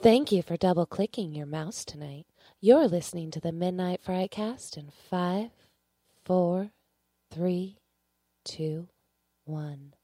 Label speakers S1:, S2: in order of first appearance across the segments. S1: Thank you for double clicking your mouse tonight. You're listening to the Midnight Frightcast in five, four, three, two, one.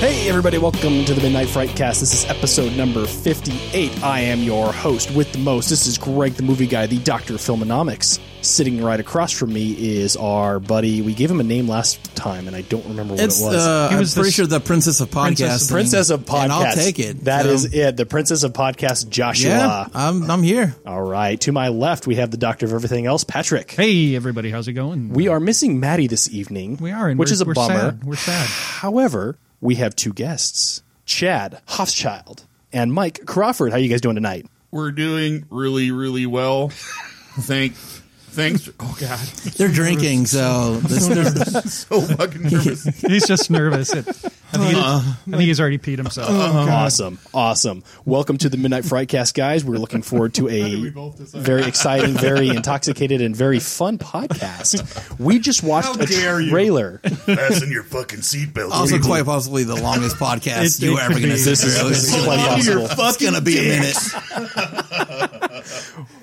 S2: Hey, everybody, welcome to the Midnight Frightcast. This is episode number 58. I am your host with the most. This is Greg, the movie guy, the doctor of filmonomics. Sitting right across from me is our buddy. We gave him a name last time, and I don't remember what
S3: It's
S2: it was.
S3: uh,
S4: He
S3: I'm
S4: was the
S3: pretty
S4: sh-
S3: sure the Princess of Podcast.
S4: Princess-
S3: and-
S2: Princess of Podcast.
S3: and I'll take it.
S2: That
S3: So,
S2: is it. The Princess of Podcast, Joshua.
S3: Yeah, I'm I'm here.
S2: All right. To my left, we have the doctor of everything else, Patrick.
S4: Hey, everybody, how's it going?
S2: We are missing Maddie this evening.
S4: we are, and
S2: which
S4: we're-
S2: is a
S4: we're
S2: bummer.
S4: Sad. We're sad.
S2: However, we have two guests, Chad Hofschild and Mike Crawford. How you guys doing tonight?
S5: we're doing really really well thank thanks oh god
S3: They're drinking, so this, they're-
S5: so fucking nervous
S4: He's just nervous. It- I, think he- I think he's already peed himself.
S2: Uh-huh. Awesome. Awesome. Welcome to the Midnight Frightcast, guys. We're looking forward to a very exciting, very intoxicated, and very fun podcast. We just watched
S5: How
S2: a
S5: dare you.
S2: trailer.
S5: fasten your fucking seatbelt
S3: also quite possibly the longest podcast
S4: It-
S3: you
S4: it
S3: were ever
S4: could
S3: going to
S4: be.
S3: see.
S2: This is,
S3: really.
S2: this is quite
S5: You're
S2: possible.
S3: It's going to be a minute.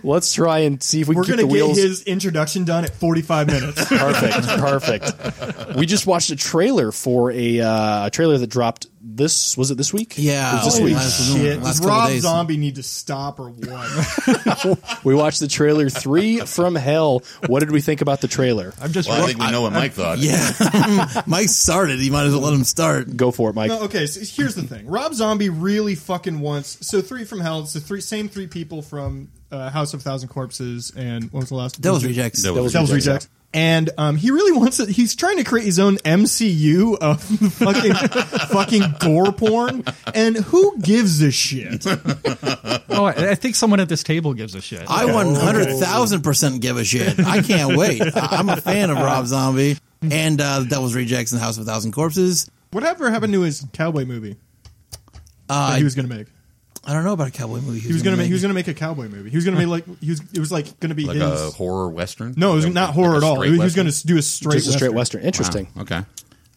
S2: Let's try and see if we can
S6: We're
S2: keep
S6: gonna
S2: the
S6: get
S2: wheels.
S6: his introduction done at 45 minutes.
S2: perfect, perfect. We just watched a trailer for a, uh, a trailer that dropped this. Was it this week?
S3: Yeah,
S2: it was this
S3: oh,
S2: week.
S3: last-
S6: Shit,
S3: last
S6: does
S3: couple
S6: Rob
S3: days.
S6: Zombie need to stop or what?
S2: We watched the trailer Three from Hell. What did we think about the trailer?
S4: I'm just.
S5: well, i think we know what mike thought
S3: Yeah, Mike started. You might as well let him start.
S2: Go for it, Mike.
S6: no, okay, so here's the thing. Rob Zombie really fucking wants so three from hell. It's the three same three people from uh, House of Thousand Corpses and what was the last?
S3: Devil's Rejects.
S5: That was-
S6: Devil's Rejects. And um, he really wants it. He's trying to create his own MCU of fucking fucking gore porn. And who gives a shit?
S4: Oh, I, I think someone at this table gives a shit.
S3: I one hundred thousand percent give a shit. I can't wait. I, I'm a fan of Rob Zombie and uh, The Devil's Rejects and House of a Thousand Corpses.
S6: Whatever happened to his cowboy movie that
S3: Uh,
S6: he was going to make?
S3: I don't know about a cowboy movie.
S6: He was gonna make. He was gonna make a cowboy movie. He was gonna make like he was. It was like gonna be
S5: like
S6: his.
S5: a horror western
S6: no, it was not horror
S5: Like
S6: at
S5: a
S6: all.
S5: straight
S6: He was
S5: western?
S6: gonna s- do a straight.
S2: Just a straight
S6: western.
S2: western. Interesting.
S5: okay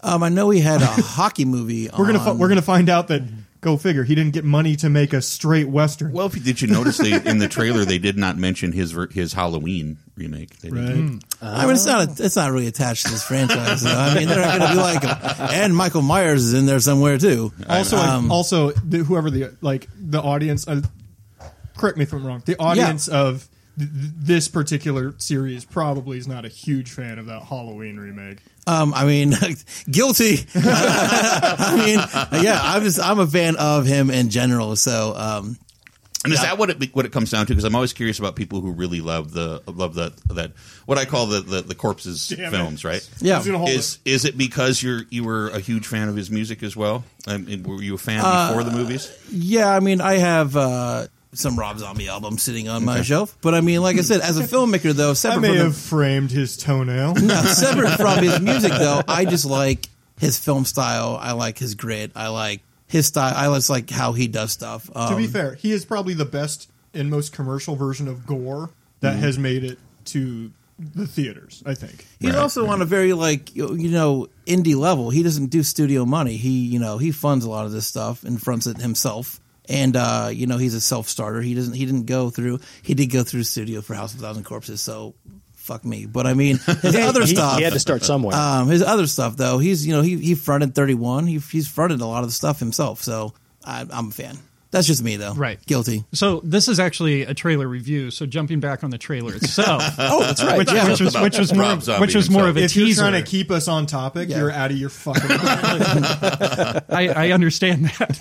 S3: Um, I know we had a hockey movie.
S6: We're gonna fi-
S3: on-
S6: we're gonna find out that. Go figure. He didn't get money to make a straight western.
S5: well if you, did you notice they in the trailer they did not mention his ver- his halloween remake they didn't.
S3: I mean, it's not a, it's not really attached to this franchise. though. I mean, they're not going to be like him. And Michael Myers is in there somewhere too.
S6: Also, like, also the, whoever the like the audience. Uh, correct me if I'm wrong. The audience of th- th- this particular series probably is not a huge fan of that Halloween remake.
S3: Um, I mean, guilty. I mean, yeah, I'm just I'm a fan of him in general. So, um,
S5: And is that what it what it comes down to? Because I'm always curious about people who really love the love that that what I call the the, the corpses
S6: Damn it.
S5: films, right?
S3: Yeah.
S6: He's gonna hold it.
S5: Is is it because you're you were a huge fan of his music as well? I mean, were you a fan
S6: Uh,
S5: before the movies?
S3: yeah, I mean, I have uh, some Rob Zombie albums sitting on my shelf. But I mean, like I said, as a filmmaker though,
S6: I
S3: separate
S6: may
S3: from
S6: have
S3: the,
S6: framed his toenail.
S3: no, separate from his music though, I just like his film style. I like his grit. I like his style. I just like how he does stuff. Um,
S6: to be fair, he is probably the best and most commercial version of gore that
S4: Mm-hmm.
S6: has made it to the theaters. I think.
S3: He's also on a very like you you know indie level. He doesn't do studio money. He you know he funds a lot of this stuff and fronts it himself. And uh, you know he's a self starter. He doesn't. He didn't go through. He did go through studio for House of a Thousand Corpses. So fuck me. But I mean his other
S2: he,
S3: stuff.
S2: he had to start somewhere.
S6: Uh,
S3: um, his other stuff though. He's you know he he fronted thirty one. He he's fronted a lot of the stuff himself. So I, I'm a fan. That's just me though.
S4: Right.
S3: Guilty.
S4: So this is actually a trailer review. So jumping back on the trailer itself,
S3: Oh, that's right.
S4: which,
S3: yeah.
S4: which was
S5: about
S4: which was more
S5: Rob Zombie
S4: which was more of a
S6: If
S4: teaser.
S6: you're trying to keep us on topic,
S3: Yeah.
S6: you're out of your fucking. mind.
S4: I, I understand that.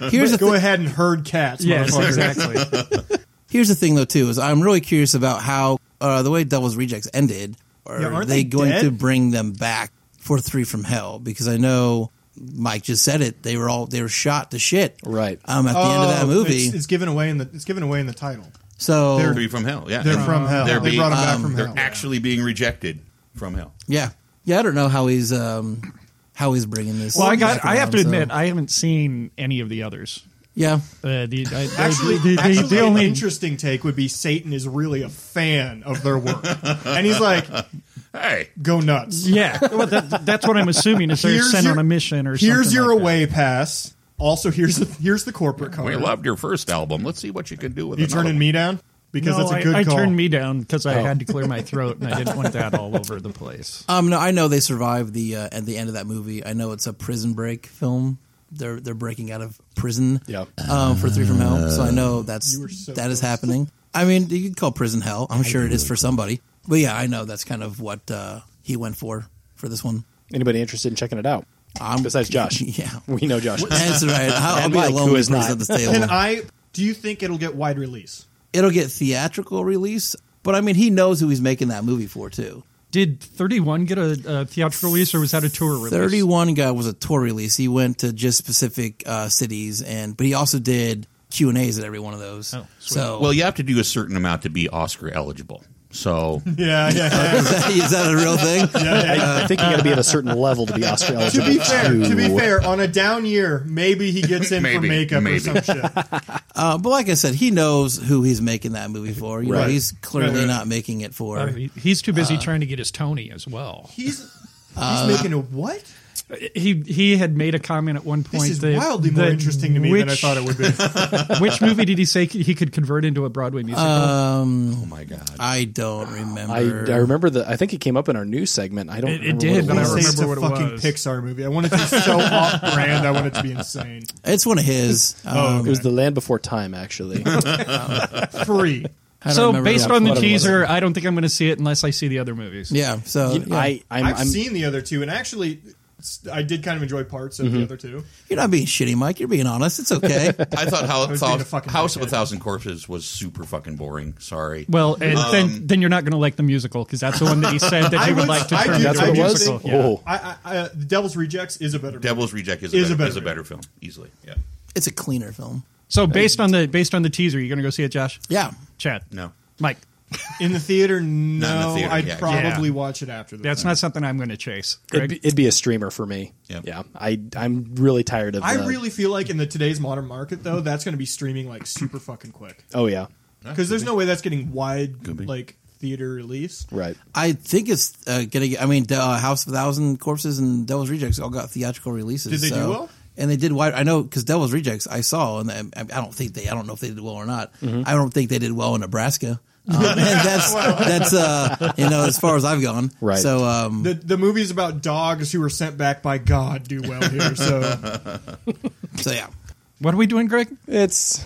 S3: Here- here's the
S6: Go ahead and herd cats.
S4: yes,
S6: motherfucker.
S4: exactly.
S3: Here's the thing, though, too, is I'm really curious about how uh, the way Devil's Rejects ended. Are
S6: Yeah, aren't
S3: they,
S6: they
S3: going
S6: dead?
S3: to bring them back for Three from Hell? Because I know Mike just said it; they were all they were shot to shit,
S2: Right.
S3: Um, at the end of that
S6: Oh,
S3: movie,
S6: it's, it's given away in the it's given away in the title.
S3: so
S5: They're from hell. Yeah,
S6: They're
S5: And
S6: from hell.
S5: They're
S6: they
S5: being- um,
S6: brought them back from
S5: they're
S6: hell.
S5: actually being rejected from hell.
S3: yeah, yeah. I don't know how he's um, how he's bringing this.
S4: Well, I got.
S3: back
S4: I have to
S3: around, so-
S4: admit, I haven't seen any of the others.
S3: Yeah.
S4: Uh, the, I, they-
S6: Actually,
S4: they- they-
S6: actually
S4: they
S6: an
S4: only-
S6: interesting take would be Satan is really a fan of their work, and he's like,
S5: Hey,
S6: "Go nuts!
S4: yeah. Well, that, that's what I'm assuming is they're sent on a mission or something.
S6: here's your
S4: like that.
S6: away pass. Also, here's the, here's the corporate card.
S5: we loved your first album. Let's see what you can do with
S6: you
S5: another
S6: turning
S5: one.
S6: me down
S4: No,
S6: because that's a
S4: I-
S6: good
S4: I,
S6: call.
S4: turned me down because I had to clear my throat and I didn't want that all over the place.
S3: Um, no, I know they survived the uh, at the end of that movie. I know it's a prison break film. They're they're breaking out of prison.
S2: Yep.
S3: Um, for Three from Hell. So I know that's that
S6: were
S3: is
S6: so
S3: happening. I mean, you could call prison hell. I'm sure it is for somebody. But yeah, I know that's kind of what uh, he went for for this one.
S2: Anybody interested in checking it out? Besides Josh,
S3: Yeah.
S2: we know Josh.
S3: That's right. I'll, I'll
S2: And
S3: be
S2: Mike,
S3: a
S2: who
S3: lonely
S2: is
S3: person
S2: not.
S3: at this table.
S6: Can I? Do you think it'll get wide release?
S3: It'll get theatrical release, but I mean, he knows who he's making that movie for too.
S4: Did 31 get a, a theatrical release or was that a tour release?
S3: 31 guy was a tour release. He went to just specific uh, cities and but he also did Q&As at every one of those.
S4: Oh, sweet.
S3: so
S5: Well, you have to do a certain amount to be Oscar eligible. So
S6: Yeah, yeah.
S3: is, that, is that a real thing?
S2: I, I think you got to be at a certain level to be Oscar
S6: uh, to
S2: eligible.
S6: be fair, to be
S2: too.
S6: fair, on a down year, maybe he gets in for
S5: Maybe,
S6: makeup
S5: maybe.
S6: or some shit.
S3: Uh, but like I said, he knows who he's making that movie for. You know,
S2: Right.
S3: he's clearly
S6: Right, right.
S3: not making it for
S4: Uh, he- He's too busy trying to get his Tony as well. Uh,
S6: He's he's making a what?
S4: He he had made a comment at one point.
S6: This is
S4: that,
S6: wildly more
S4: that
S6: interesting to me than I
S4: which-
S6: thought it would be.
S4: which movie did he say he could convert into a
S6: Uh,
S4: Broadway musical?
S5: oh my god.
S3: I don't remember.
S2: I, I remember the. I think it came up in our news segment. I don't.
S4: It-
S2: remember
S4: it did,
S2: what
S4: but I
S2: was.
S4: remember
S6: Say
S4: what
S6: it's
S4: it
S6: a fucking
S4: was.
S6: Pixar movie. I want it to be so off brand. I want it to be insane.
S3: it's one of his. Um,
S4: Oh.
S2: It was the Land Before Time, actually.
S6: Free.
S3: don't
S4: so
S3: remember
S4: based
S3: that.
S4: on the
S2: What it was.
S4: teaser, I don't think I'm going to see it unless I see the other movies.
S3: yeah, so yeah.
S2: I, I'm,
S6: I've
S2: I'm-
S6: seen the other two, and actually, s- I did kind of enjoy parts of the other two.
S3: you're not being shitty, Mike. You're being honest. It's okay.
S5: I thought House,
S6: was being a fucking
S5: House of a
S6: dickhead.
S5: Thousand Corpses was super fucking boring. Sorry.
S4: Well, and then then you're not going to like the musical because that's the one that he said that
S6: Um, I
S4: he would
S6: would-
S4: like to
S6: I
S4: turn
S6: do-
S4: into
S2: that's what
S4: a
S2: it
S6: I do
S2: was.
S4: musical.
S6: think-
S4: Yeah.
S2: Oh,
S6: I, I, I, the Devil's Rejects is a better. movie.
S5: Devil's Reject is a, better, is a better film, easily. Yeah.
S3: it's a cleaner film.
S4: So based on the based on the teaser, you're going to go see it, Josh,
S3: Yeah.
S4: Chad,
S5: No.
S4: Mike.
S6: in the theater. No,
S5: the theater,
S6: I'd
S5: yeah.
S6: probably
S4: Yeah.
S6: watch it after. The
S4: That's
S6: fact.
S4: not something I'm going to chase.
S2: it'd,
S4: Greg?
S2: be, it'd be a streamer for me.
S5: Yep.
S2: Yeah, I, I'm really tired of.
S6: I
S2: the-
S6: really feel like in the today's modern market, though, that's going to be streaming like super fucking quick
S2: Oh yeah,
S6: because there's no way that's getting wide
S5: Could be.
S6: like theater release.
S2: right.
S3: I think it's uh, gonna. Get, I mean, uh, House of a Thousand Corpses and Devil's Rejects all got theatrical releases.
S6: Did they do
S3: so-
S6: well?
S3: And they did. Wide, I know because Devil's Rejects I saw, and I, I don't think they. I don't know if they did well or not.
S2: Mm-hmm.
S3: I don't think they did well in Nebraska. Um, and that's that's uh, you know as far as I've gone.
S2: Right.
S3: So um,
S6: The the movies about dogs who were sent back by God do well here. So
S3: so yeah.
S4: What are we doing, Greg?
S2: It's.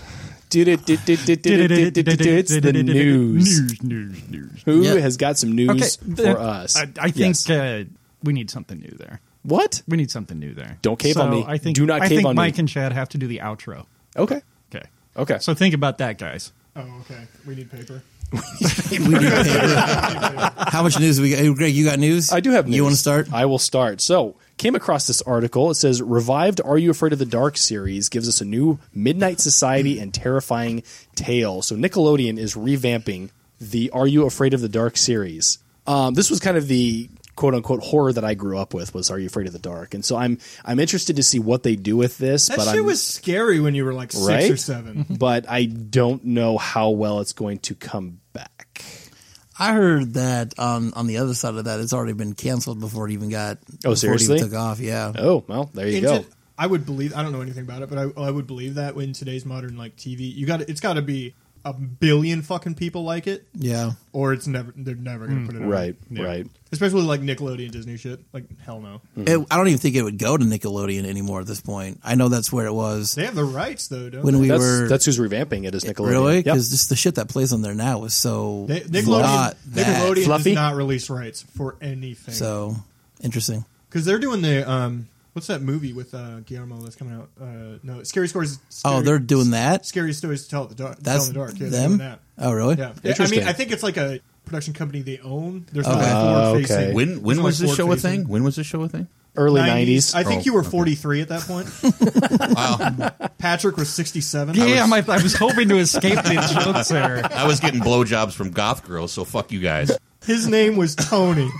S2: It's the news.
S4: News, news, news.
S2: Who
S3: Yeah.
S2: has got some news for us?
S4: I, I think
S2: Yes.
S4: uh, we need something new there.
S2: What?
S4: We need something new there.
S2: Don't cave
S4: So
S2: on me.
S4: I think,
S2: Do not
S4: I
S2: cave
S4: think
S2: on me.
S4: Mike and Chad have to do the outro.
S2: Okay.
S4: Okay.
S2: Okay.
S4: So think about that, guys.
S6: oh okay, we need paper.
S3: We need paper. How much news we got? Hey, Greg, you got news?
S2: I do have news.
S3: You want to start?
S2: I will start. So, came across this article. It says Revived Are You Afraid of the Dark series gives us a new Midnight Society and terrifying tale. So, Nickelodeon is revamping the Are You Afraid of the Dark series. Um, this was kind of the quote unquote horror that I grew up with was Are You Afraid of the Dark? And so I'm I'm interested to see what they do with this,
S6: That
S2: but
S6: shit
S2: I'm
S6: was scary when you were like six
S2: Right?
S6: or seven.
S2: but I don't know how well it's going to come back.
S3: I heard that on on the other side of that, it's already been canceled before it even got.
S2: Oh,
S3: before it even
S2: seriously?
S3: took off. Yeah.
S2: Oh, well, there you
S6: In
S2: go.
S6: to- I would believe. I don't know anything about it, but I, I would believe that in today's modern like TV, you got it's got to be a billion fucking people like it,
S3: Yeah.
S6: or it's never. They're never gonna put it out.
S2: Right, right.
S6: Especially like Nickelodeon, Disney shit. Like hell no.
S3: It, I don't even think it would go to Nickelodeon anymore at this point. I know that's where it was
S6: They have the rights though, don't
S3: when
S6: they?
S3: we
S2: that's,
S3: were.
S2: that's who's revamping it is Nickelodeon.
S3: really
S2: Yep.
S3: because just the shit that plays on there now is so
S6: They- Nickelodeon,
S3: not that.
S6: Nickelodeon
S2: Fluffy?
S6: does not release rights for anything.
S3: So interesting.
S6: because they're doing the um, what's that movie with uh, Guillermo that's coming out? Uh, no, Scary Stories. Scary,
S3: Oh, they're doing that.
S6: Scary Stories to Tell at the Dark.
S3: That's
S6: tell in the dark. Yeah, they're
S3: them.
S6: doing that.
S3: Oh, really?
S6: Yeah, I
S2: Interesting.
S6: mean, I think it's like a production company they own. There's no
S3: Oh, Okay.
S6: forward
S2: okay.
S6: facing.
S5: Oh, When when
S6: There's
S5: was
S6: no
S5: this show a
S6: forward-facing.
S5: thing? When was this show a thing?
S2: early 90s.
S6: I think
S5: Oh,
S6: you were
S5: okay.
S6: 43 at that point. Patrick was 67.
S4: Damn, I, I was hoping to escape the jokes there.
S5: I was getting blowjobs from goth girls, so fuck you guys.
S6: His name was Tony.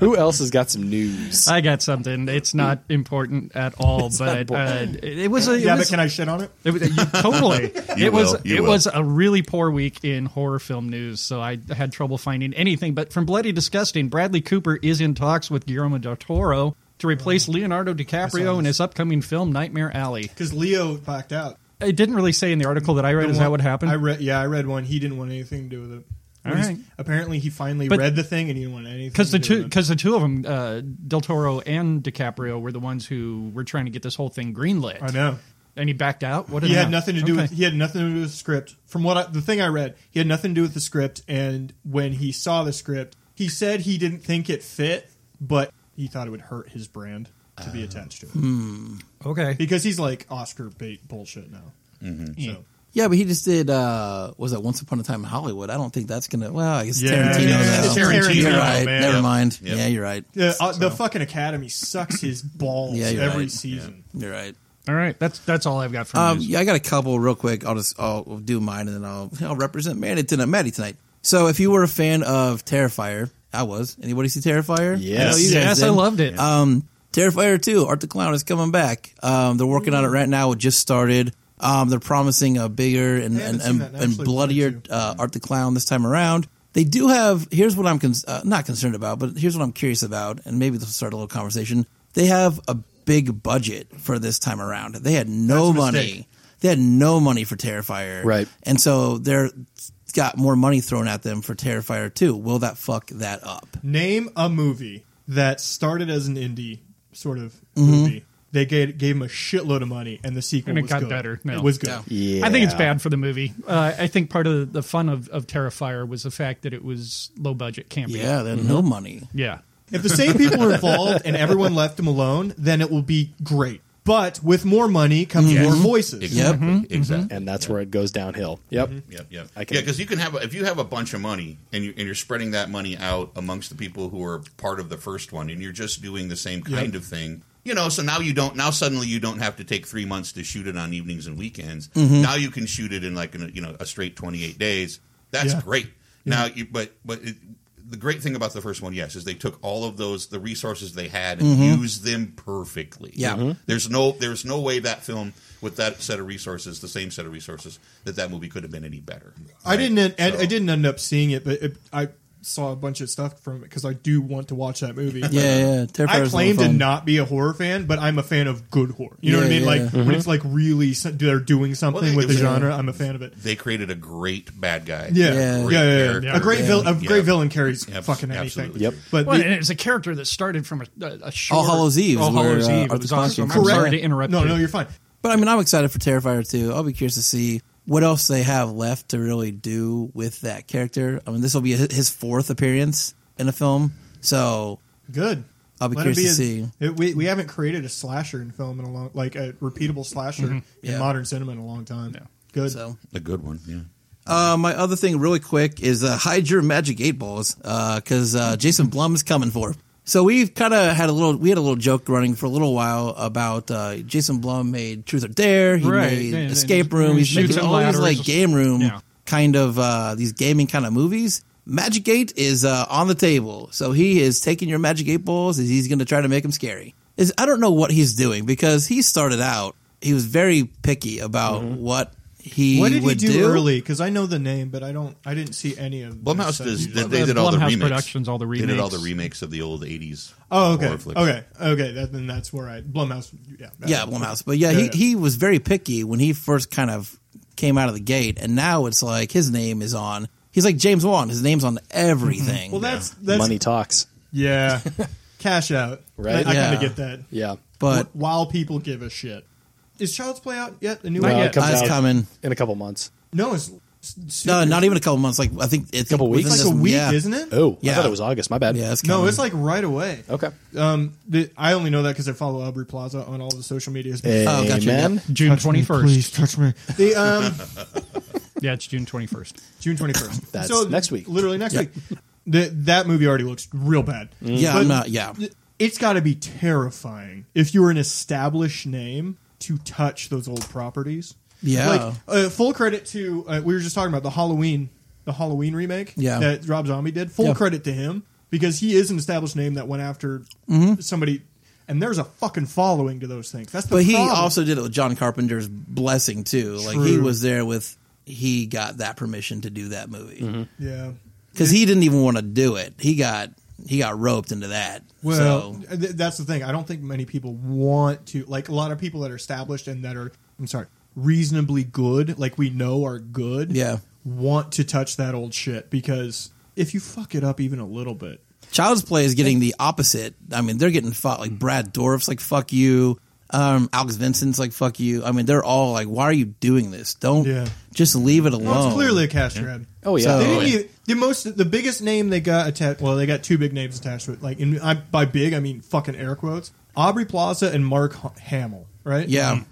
S2: Who else has got some news?
S4: I got something. It's not important at all, but uh, it, it was a. It
S6: yeah, but
S4: was-
S6: can I shit on it?
S4: It was, you, totally.
S5: You
S4: it was
S5: will, you
S4: it
S5: will.
S4: was a really poor week in horror film news, so I had trouble finding anything. But from Bloody Disgusting, Bradley Cooper is in talks with Guillermo del Toro to replace Leonardo DiCaprio in his upcoming film Nightmare Alley.
S6: Because Leo backed out.
S4: It didn't really say in the article that I read.
S6: The
S4: Is
S6: one-
S4: that what happened?
S6: I read. Yeah, I read one. He didn't want anything to do with it.
S4: All
S6: He's-
S4: right.
S6: Apparently, he finally
S4: But-
S6: read the thing and he didn't want anything.
S4: because the
S6: to do
S4: two,
S6: with it.
S4: because the two of them, uh, Del Toro and DiCaprio, were the ones who were trying to get this whole thing greenlit.
S6: I know.
S4: And he backed out. What? did
S6: He had
S4: happen?
S6: nothing to do
S4: Okay.
S6: with. He had nothing to do with the script. From what I, the thing I read, he had nothing to do with the script. And when he saw the script, he said he didn't think it fit, but he thought it would hurt his brand to
S3: Ah.
S6: be attached to it
S3: Hmm.
S4: Okay.
S6: because he's like Oscar bait bullshit now. So.
S3: Mm-hmm. Yeah, but he just did. uh Was that Once Upon a Time in Hollywood? I don't think that's gonna. Well, I guess
S6: Yeah,
S3: Tarantino.
S6: yeah,
S3: now.
S6: it's Tarantino,
S3: You're right.
S6: man.
S3: Never
S5: Yeah.
S3: mind.
S5: Yeah.
S3: Yeah, you're right.
S6: Yeah, uh, the fucking Academy sucks his balls
S3: Yeah, you're
S6: every
S3: right.
S6: season.
S3: You're right.
S4: All right. That's that's all I've got for
S3: Um,
S4: news.
S3: yeah, I got a couple real quick. I'll just I'll do mine and then I'll I'll represent Maddie tonight. Maddie tonight. So if you were a fan of Terrifier, I was. Anybody see Terrifier?
S2: Yes.
S3: I know you guys
S4: yes, I
S3: did.
S4: loved it.
S3: Um, Terrifier 2, Art the Clown is coming back. Um, they're working on it right now. It just started. Um, they're promising a bigger and,
S6: haven't
S3: and,
S6: seen
S3: and,
S6: that. I
S3: and
S6: actually
S3: bloodier
S6: wanted
S3: uh, Art the Clown this time around. They do have, here's what I'm cons- uh, not concerned about, but here's what I'm curious about, and maybe this will start a little conversation. They have a big budget for this time around. They had no
S6: That's a
S3: money.
S6: mistake.
S3: They had no money for Terrifier.
S2: Right.
S3: And so they're got more money thrown at them for Terrifier 2. Will that fuck that up?
S6: Name a movie that started as an indie sort of
S3: Mm-hmm.
S6: movie. They gave, gave him a shitload of money, and the sequel
S4: And it
S6: was
S4: got
S6: good.
S4: better. No.
S6: It was good.
S2: Yeah.
S4: I think it's bad for the movie. Uh, I think part of the fun of, of Terrifier was the fact that it was low budget campy.
S3: Yeah, they had no money.
S4: Yeah.
S6: If the same people are involved and everyone left him alone, then it will be great. But with more money comes more voices.
S3: Yep.
S5: Exactly. Exactly.
S2: And that's where it goes downhill. Yep.
S6: Mm-hmm.
S5: Yep, yep.
S2: I can-
S5: yeah, because you can have a, if you have a bunch of money and you and you're spreading that money out amongst the people who are part of the first one, and you're just doing the same kind of thing. You know, so now you don't. Now suddenly you don't have to take three months to shoot it on evenings and weekends. Now you can shoot it in like in a, you know a straight twenty eight days. That's
S6: Yeah.
S5: great. Now, you, but but it, the great thing about the first one, yes, is they took all of those the resources they had and used them perfectly.
S3: Yeah. Mhm.
S5: There's no there's no way that film with that set of resources, the same set of resources, that that movie could have been any better.
S6: I
S5: Right?
S6: didn't. End,
S5: So-
S6: I, I didn't end up seeing it, but it, I saw a bunch of stuff from it because I do want to watch that movie.
S3: Yeah, yeah. Terrifier's a
S6: I
S3: lot of
S6: claim to
S3: fun.
S6: not be a horror fan, but I'm a fan of good horror. You know what I
S3: Yeah,
S6: mean? Like
S3: yeah.
S6: when it's like really s- they're doing something
S5: they-
S6: with the
S5: it was-
S6: genre, I'm a fan of it.
S5: They created a great bad guy.
S6: Yeah,
S3: Yeah.
S6: yeah, yeah.
S5: Great
S6: yeah.
S5: character.
S6: A great
S5: Yeah.
S6: villain. A
S5: Yeah.
S6: great villain carries
S5: Yep,
S6: fucking anything.
S5: absolutely.
S2: Yep.
S6: But
S4: Well,
S6: the-
S4: and it's a character that started from a, a, a short,
S3: All Hallows Eve
S4: All
S3: is where,
S4: Hallows
S3: uh,
S4: Eve.
S3: Arthur
S4: It was
S3: Clarke
S4: awesome.
S3: came
S4: I'm
S3: from.
S4: sorry to interrupt.
S6: no,
S4: you.
S6: no, you're fine.
S3: But I mean, I'm excited for Terrifier 2. I'll be curious to see what else they have left to really do with that character. I mean, this will be hi- his fourth appearance in a film. So,
S6: Good.
S3: I'll be
S6: Let it
S3: curious to
S6: a-
S3: see.
S6: It, we, we haven't created a slasher in film in a long, like a repeatable slasher
S2: Mm-hmm.
S3: Yeah.
S6: in modern cinema in a long time. Good.
S3: so.
S5: A good one. Yeah.
S3: Uh, my other thing, really quick, is uh, hide your magic eight balls because uh, Jason Blum is coming for. it. So we've kind of had a little, we had a little joke running for a little while about uh, Jason Blum made Truth or Dare, he
S4: Right,
S3: made
S4: yeah, and-
S3: Escape
S4: and
S3: Room, he's
S4: shoots
S3: making
S4: and
S3: all these
S4: ladders.
S3: like game room
S4: Yeah.
S3: kind of uh, these gaming kind of movies. Magic Eight is uh, on the table, so he is taking your Magic Eight balls. Is he's going to try to make them scary? Is I don't know what he's doing because he started out, he was very picky about
S4: Mm-hmm.
S3: what he
S6: What did he
S3: would
S6: do,
S3: do
S6: early? Because I know the name, but I don't. I didn't see any of. the
S5: Blumhouse
S6: stuff.
S5: does, they,
S4: Well,
S5: they
S4: the
S5: did all the
S4: Blumhouse
S5: remakes.
S4: Productions, all the
S5: They did all
S4: remakes.
S5: the remakes of the old 80s.
S6: Oh, okay,
S5: horror flicks.
S6: okay, okay. That, then that's where I Blumhouse. Yeah,
S3: Yeah, Blumhouse. But yeah, he,
S6: Yeah, yeah.
S3: he was very picky when he first kind of came out of the gate, and now it's like his name is on. He's like James Wan. His name's on everything.
S6: Mm-hmm. Well, that's that's
S2: Money talks.
S6: Yeah, cash out.
S2: Right?
S6: I, I
S3: Yeah.
S6: kind of get that.
S2: Yeah.
S3: but
S6: Wh- while people give a shit, is Child's Play out yet? The new
S4: Not
S6: one?
S4: yet.
S2: comes
S3: that's
S2: out
S3: coming.
S2: in a couple months.
S6: No, it's, it's
S3: No, not even a couple months. Like I think it's
S2: Couple
S3: within
S2: weeks?
S6: It's
S3: this-
S6: like a week,
S3: yeah.
S6: isn't it?
S2: Oh, I
S3: Yeah.
S2: thought it was August. My bad.
S3: Yeah, it's coming.
S6: No, it's like right away.
S2: Okay.
S6: Um, the, I only know that because I follow Aubrey Plaza on all the social medias.
S3: Oh, gotcha,
S2: Amen.
S4: June twenty first.
S6: Uh, touch me. The um,
S4: Yeah, it's June twenty first.
S6: June twenty first.
S2: That's next week.
S6: Literally next week. The, that movie already looks real bad.
S3: Mm. yeah,
S6: But
S3: I'm not. Yeah,
S6: It's got to be terrifying if you're an established name to touch those old properties.
S3: Yeah.
S6: Like uh, full credit to uh, we were just talking about the Halloween the Halloween remake
S3: Yeah.
S6: that Rob Zombie did. Full
S3: Yeah.
S6: credit to him because he is an established name that went after
S3: Mm-hmm.
S6: somebody, and there's a fucking following to those things. That's the
S3: But he
S6: problem.
S3: also did it with John Carpenter's blessing too. Like he
S6: True.
S3: was there with he got that permission to do that
S6: Mm-hmm.
S3: movie
S6: yeah.
S3: because he didn't even want to do it. He got he got roped into that.
S6: Well,
S3: so,
S6: th- that's the thing. I don't think many people want to like a lot of people that are established and that are I'm sorry, reasonably good, like we know are good.
S3: Yeah.
S6: want to touch that old shit because if you fuck it up even a little bit,
S3: Child's Play is getting the opposite. I mean, they're getting fought
S4: Mm.
S3: like Brad Dorff's like fuck you. Um, Alex Vincent's like fuck you. I mean, they're all like, why are you doing this? Don't
S6: Yeah.
S3: just leave it alone.
S6: well, it's clearly a cash grab.
S2: Oh, yeah.
S6: They
S3: So-
S6: didn't even- the most the biggest name they got attached. Well, they got two big names attached to it. Like, in, I, by big I mean fucking air quotes. Aubrey Plaza and Mark H- Hamill, right?
S3: yeah.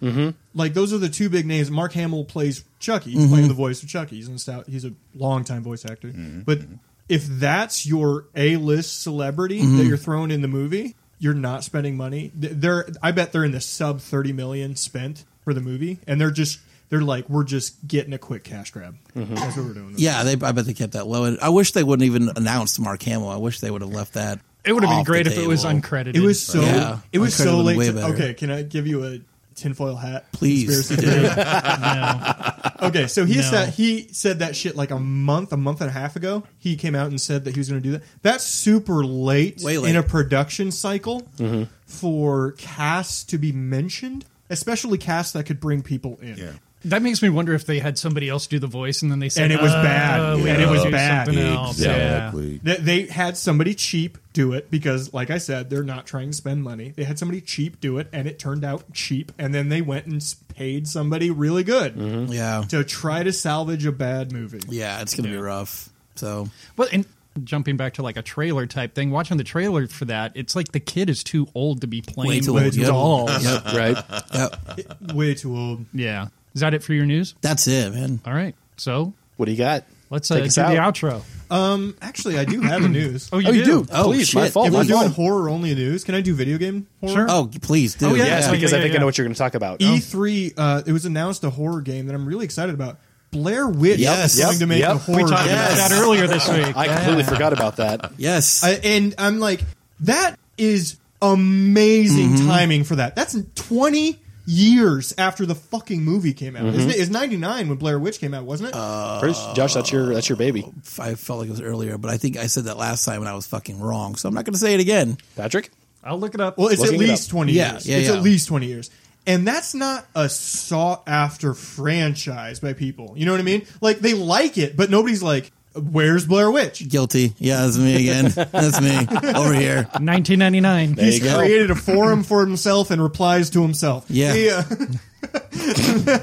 S6: like those are the two big names. Mark Hamill plays Chucky,
S3: Mm-hmm.
S6: he's playing the voice of Chucky. He's an estou- he's a longtime voice actor. But if that's your A list celebrity
S3: Mm-hmm.
S6: that you're throwing in the movie, you're not spending money. Th- They're I bet they're in the sub thirty million spent for the movie, and they're just they're like we're just getting a quick cash grab. That's what we're doing.
S3: Yeah, they, I bet they kept that low. And I wish they wouldn't even announce Mark Hamill. I wish they would have left that.
S4: It would have been
S3: off the
S4: great if it was
S3: table.
S4: uncredited.
S6: It was so.
S3: Yeah.
S6: It was
S3: Uncredited
S6: so
S3: was
S6: late.
S3: way
S6: to-
S3: better.
S6: okay, can I give you a tinfoil hat?
S3: Please.
S6: Conspiracy theory?
S4: No.
S6: okay, so he
S4: No.
S6: said he said that shit like a month, a month and a half ago. He came out and said that he was going to do that. That's super late,
S3: Way late. Mm-hmm.
S6: in a production cycle for casts to be mentioned, especially casts that could bring people in.
S5: Yeah.
S4: That makes me wonder if they had somebody else do the voice and then they said,
S6: And it was
S4: "Uh,
S6: bad.
S4: we
S6: And
S4: gotta
S6: it was
S4: do
S6: bad."
S4: something else." Yeah.
S6: They, they had somebody cheap do it because, like I said, they're not trying to spend money. They had somebody cheap do it, and it turned out cheap. And then they went and s- paid somebody really good
S3: Yeah.
S6: to try to salvage a bad movie.
S3: Yeah, it's going to be rough. So,
S4: Well, and jumping back to like a trailer type thing, watching the trailer for that, it's like the kid is too old to be playing
S3: too
S4: with
S3: old, yeah.
S4: dolls.
S6: Uh-huh.
S3: Yep.
S2: right.
S3: Yep.
S6: Way too old.
S4: Yeah. Is that it for your news?
S3: that's it, man.
S4: All right. So
S2: What do you got?
S4: let's uh,
S2: Take
S4: do
S2: us
S4: the
S2: out.
S4: outro.
S6: Um, actually, I do have a news.
S2: Oh,
S4: you,
S2: you do?
S3: Oh,
S2: Please, my
S3: shit.
S2: fault.
S6: If
S2: My
S6: we're doing
S2: fault.
S6: horror only news, can I do video game horror? Uh,
S4: Sure.
S3: Oh, please do.
S4: Oh, yeah,
S2: Yes,
S4: Yeah.
S2: because I
S4: Yeah,
S2: think I
S4: yeah.
S2: know what you're going to talk about. Oh,
S6: E3, uh, it was announced a horror game that I'm really excited about. Blair Witch
S3: Yes.
S6: is going to make
S2: Yep.
S6: a
S2: We
S6: horror
S4: we talked
S6: game.
S4: about that earlier this week.
S2: I completely forgot about that.
S3: Yes.
S6: I, and I'm like, that is amazing
S2: Mm-hmm.
S6: timing for that. That's 20 years after the fucking movie came out.
S2: Mm-hmm.
S6: Isn't it? It's 99 when Blair Witch came out, wasn't
S2: Uh,
S6: it?
S2: Pretty- Josh, that's your that's your baby.
S3: I felt like it was earlier, but I think I said that last time and I was fucking wrong. So I'm not going to say it again.
S2: Patrick?
S4: I'll look it up.
S6: well, it's at
S2: looking it
S6: least
S2: up.
S6: 20
S3: Yeah,
S6: years.
S3: yeah,
S6: it's
S3: yeah.
S6: at least 20 years. And that's not a sought after franchise by people. You know what I mean? Like, they like it, but nobody's like, where's Blair Witch?
S3: Guilty. Yeah, that's me again. that's me over here.
S4: 1999.
S2: There you
S6: He's
S2: go.
S6: created a forum for himself and replies to himself.
S3: Yeah.
S6: He, uh,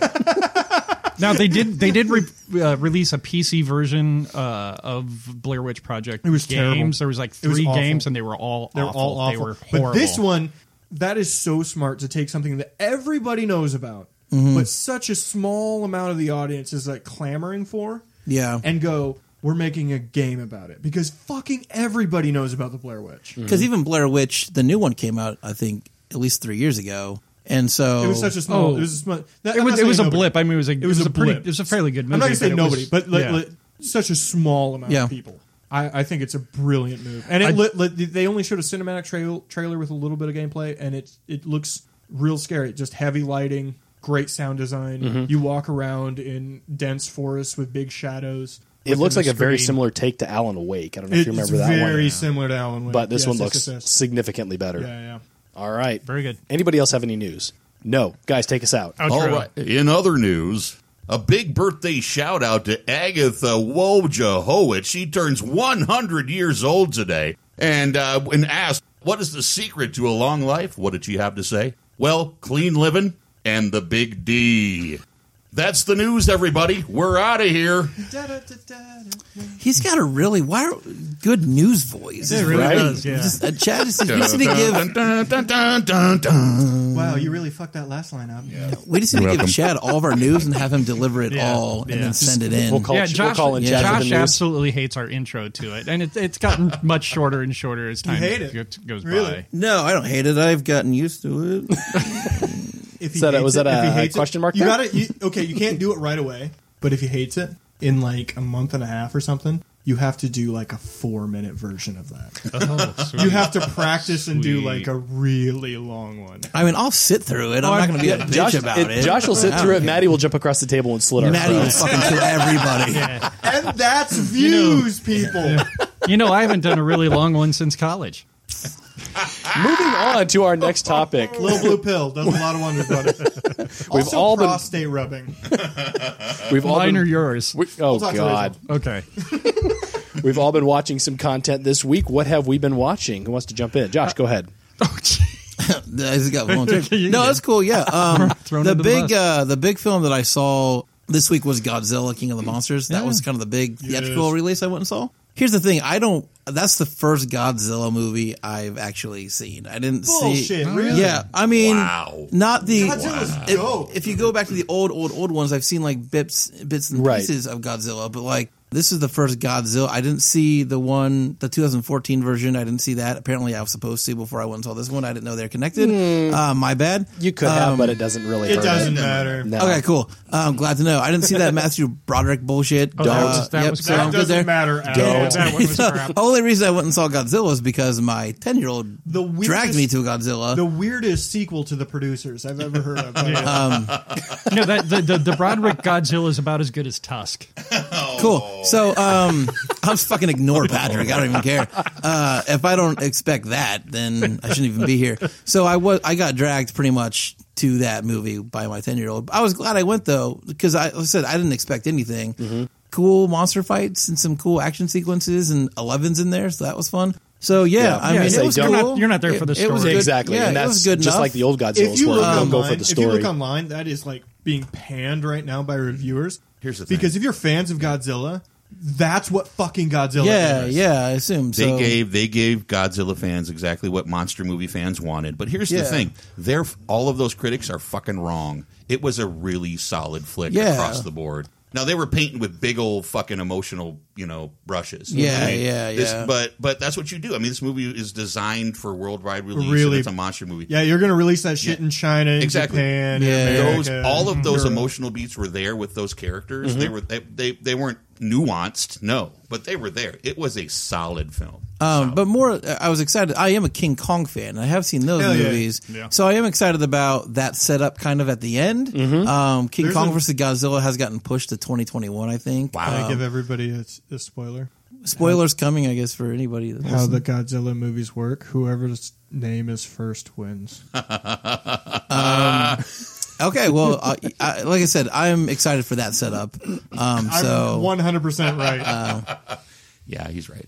S4: Now they did they did re- uh, release a PC version uh, of Blair Witch Project. It
S6: was
S4: games.
S6: terrible.
S4: There was like
S6: It was
S4: three
S6: awful.
S4: games, and they were all
S6: They're
S4: awful.
S6: all awful.
S4: They were horrible.
S6: But this one, that is so smart to take something that everybody knows about,
S3: Mm-hmm.
S6: but such a small amount of the audience is like clamoring for,
S3: Yeah.
S6: and go, we're making a game about it because fucking everybody knows about the Blair Witch.
S3: Because even Blair Witch, the new one came out, I think, at least three years ago. And so.
S6: It was such a small.
S4: Oh.
S6: It was a, small, that,
S4: it
S6: I'm
S4: was,
S6: not
S4: it was a
S6: saying nobody-
S4: blip. I mean, it was a it was, a, pretty it was a fairly good movie.
S6: I'm not gonna say
S4: but it
S6: nobody,
S4: was-
S6: but like,
S4: yeah.
S6: like, such a small amount
S3: Yeah.
S6: of people. I, I think it's a brilliant move, and it
S4: I-
S6: lit, lit- they only showed a cinematic trail, trailer with a little bit of gameplay, and it it looks real scary. Just heavy lighting, great sound design.
S2: Mm-hmm.
S6: You walk around in dense forests with big shadows.
S2: It looks like
S6: within
S2: a
S6: the
S2: very
S6: screen.
S2: similar take to Alan Wake. I don't know if
S6: It's
S2: you remember that
S6: very
S2: one.
S6: similar to Alan Wake,
S2: But this
S6: Yes,
S2: one
S6: yes,
S2: looks
S6: yes, yes.
S2: significantly better.
S4: Oh,
S6: Yeah, yeah.
S2: All right.
S4: Very good.
S2: Anybody else have any news? No. Guys, take us out.
S4: Outro.
S5: All right. In other news, a big birthday shout out to Agatha Wojciechowicz. She turns 100 years old today. And uh, when asked, what is the secret to a long life? What did she have to say? Well, clean living and the big D. That's the news, everybody. We're out of here.
S3: He's got a really why good news voice. It
S4: really
S2: Right.
S4: does, yeah.
S3: Just, uh, Chad just we just need to give
S5: Dun, dun, dun, dun, dun.
S6: Wow, you really fucked that last line up.
S3: we just need to give
S5: welcome.
S3: Chad all of our news and have him deliver it
S4: Yeah,
S3: all and
S4: yeah.
S3: then send it in.
S2: We'll call,
S4: yeah,
S2: we'll
S4: Josh,
S2: call in Chad for
S4: Josh
S2: the news.
S4: absolutely hates our intro to it, and it's it's gotten much shorter and shorter as time
S6: hate it?
S4: go- goes
S6: Really?
S4: by.
S3: no, I don't hate it. I've gotten used to it.
S6: If he
S2: So that-
S6: hates
S2: was that
S6: it- if
S2: a
S6: he hates it-
S2: question mark
S6: You
S2: there?
S6: got it. You, okay, you can't do it right away, but if he hates it, in like a month and a half or something, you have to do like a four minute version of that.
S4: Oh,
S6: you have to practice and do
S4: Sweet.
S6: like a really long one.
S3: I mean, I'll sit through it. I'm not going to be a bitch
S2: Josh,
S3: about
S2: it-
S3: it.
S2: Josh will sit
S3: I don't
S2: through it.
S3: care.
S2: Maddie will jump across the table and slit our
S3: Maddie will
S2: throats.
S3: fucking kill everybody.
S6: And that's views, people.
S4: you know, I haven't done a really long one since college.
S2: Moving on to our next topic.
S6: Little blue pill does a lot of wonders. Buddy.
S2: We've
S6: also,
S2: all been-
S6: prostate rubbing.
S2: We've all
S4: Mine
S2: been,
S4: or yours?
S2: we- oh
S6: talk to
S2: God,
S4: Okay.
S2: we've all been watching some content this week. What have we been watching? Who wants to jump in? Josh, go ahead.
S4: Oh, gee.
S3: I just got volunteered.
S4: You
S3: no,
S4: did.
S3: that's cool. Yeah, um,
S4: Thrown
S3: the
S4: under the
S3: big
S4: bus.
S3: uh, the big film that I saw this week was Godzilla: King of the Monsters. That was kind of the big theatrical release I went and saw. Here's the thing: I don't. That's the first Godzilla movie I've actually seen. I didn't see.
S4: Ah.
S6: Bullshit, really?
S3: Yeah, I mean,
S5: Wow.
S3: not the.
S6: Godzilla's
S3: if,
S6: dope.
S3: if you go back to the old, old, old ones, I've seen like bits, bits and
S2: Right.
S3: pieces of Godzilla, but like this is the first Godzilla. I didn't see the one, the 2014 version. I didn't see that. Apparently, I was supposed to before I went and saw this one. I didn't know they're connected. Uh, my bad.
S2: You could have, but it doesn't really.
S6: It
S2: hurt
S6: doesn't matter.
S2: Um, No.
S3: Okay, cool. I'm glad to know. I didn't see that Matthew Broderick bullshit.
S4: Oh, that was- that was
S3: so
S4: crap.
S3: I'm
S6: That
S3: good
S6: doesn't
S3: there.
S6: matter at all. That one was
S3: So,
S6: crap.
S3: only reason I went and saw Godzilla is because my 10 year old
S6: The weirdest-
S3: dragged me to Godzilla.
S6: The weirdest sequel to the producers I've ever heard of.
S4: No, that, the, the, the Broderick Godzilla is about as good as Tusk.
S3: cool. So um, I'll just fucking ignore Patrick. I don't even care. Uh, if I don't expect that, then I shouldn't even be here. So I was I got dragged pretty much to that movie by my ten year old. I was glad I went though because I, like I said I didn't expect anything.
S2: Mm-hmm.
S3: Cool monster fights and some cool action sequences and elevens in there, so that was fun. So yeah,
S2: Yeah.
S3: I
S2: Yeah,
S3: mean
S2: say
S3: it was
S2: don't-
S3: cool.
S2: You're
S4: not- you're not there for the
S3: It- it was
S4: story.
S3: good-
S2: exactly,
S3: yeah,
S2: and
S3: it
S2: that's
S3: was good
S2: just
S3: enough.
S2: like the old Godzilla.
S6: if you look
S2: don't go for
S6: online,
S2: the
S6: if you
S2: story.
S6: look online, that is like being panned right now by reviewers.
S5: Here's the thing.
S6: because if you're fans of Godzilla, that's what fucking Godzilla.
S3: yeah,
S6: is.
S3: yeah, I assume
S5: They
S3: so.
S5: gave they gave Godzilla fans exactly what monster movie fans wanted. But here's
S3: Yeah.
S5: the thing: they're all of those critics are fucking wrong. It was a really solid flick
S3: Yeah.
S5: across the board. Now they were painting with big old fucking emotional, you know, brushes.
S3: Yeah,
S5: I mean,
S3: yeah,
S5: this-
S3: yeah.
S5: But but that's what you do. I mean, this movie is designed for worldwide release.
S6: Really-
S5: and it's a monster movie.
S6: Yeah, you're gonna release that shit in China, in
S5: Exactly.
S6: Japan, in
S3: Yeah. Mm-hmm.
S5: those
S6: America,
S5: all of those
S6: Europe.
S5: emotional beats were there with those characters. They were they, they they weren't nuanced, no, but they were there. It was a solid film.
S3: Um, but more, I was excited. I am a King Kong fan. and I have seen those
S6: Hell yeah.
S3: movies,
S6: Yeah.
S3: so I am excited about that setup. Kind of at the end, um, King
S6: Mm-hmm. There's
S3: Kong
S6: a-
S3: versus Godzilla has gotten pushed to 2021. I think.
S6: I
S3: Um,
S6: give everybody a, a spoiler.
S3: spoilers coming, I guess, for anybody. That
S6: How
S3: listens.
S6: the Godzilla movies work? Whoever's name is first wins.
S3: okay, well, I, I, like I said, I am excited for that setup. Um,
S6: I'm
S3: so
S6: 100 percent right.
S5: Yeah, he's right.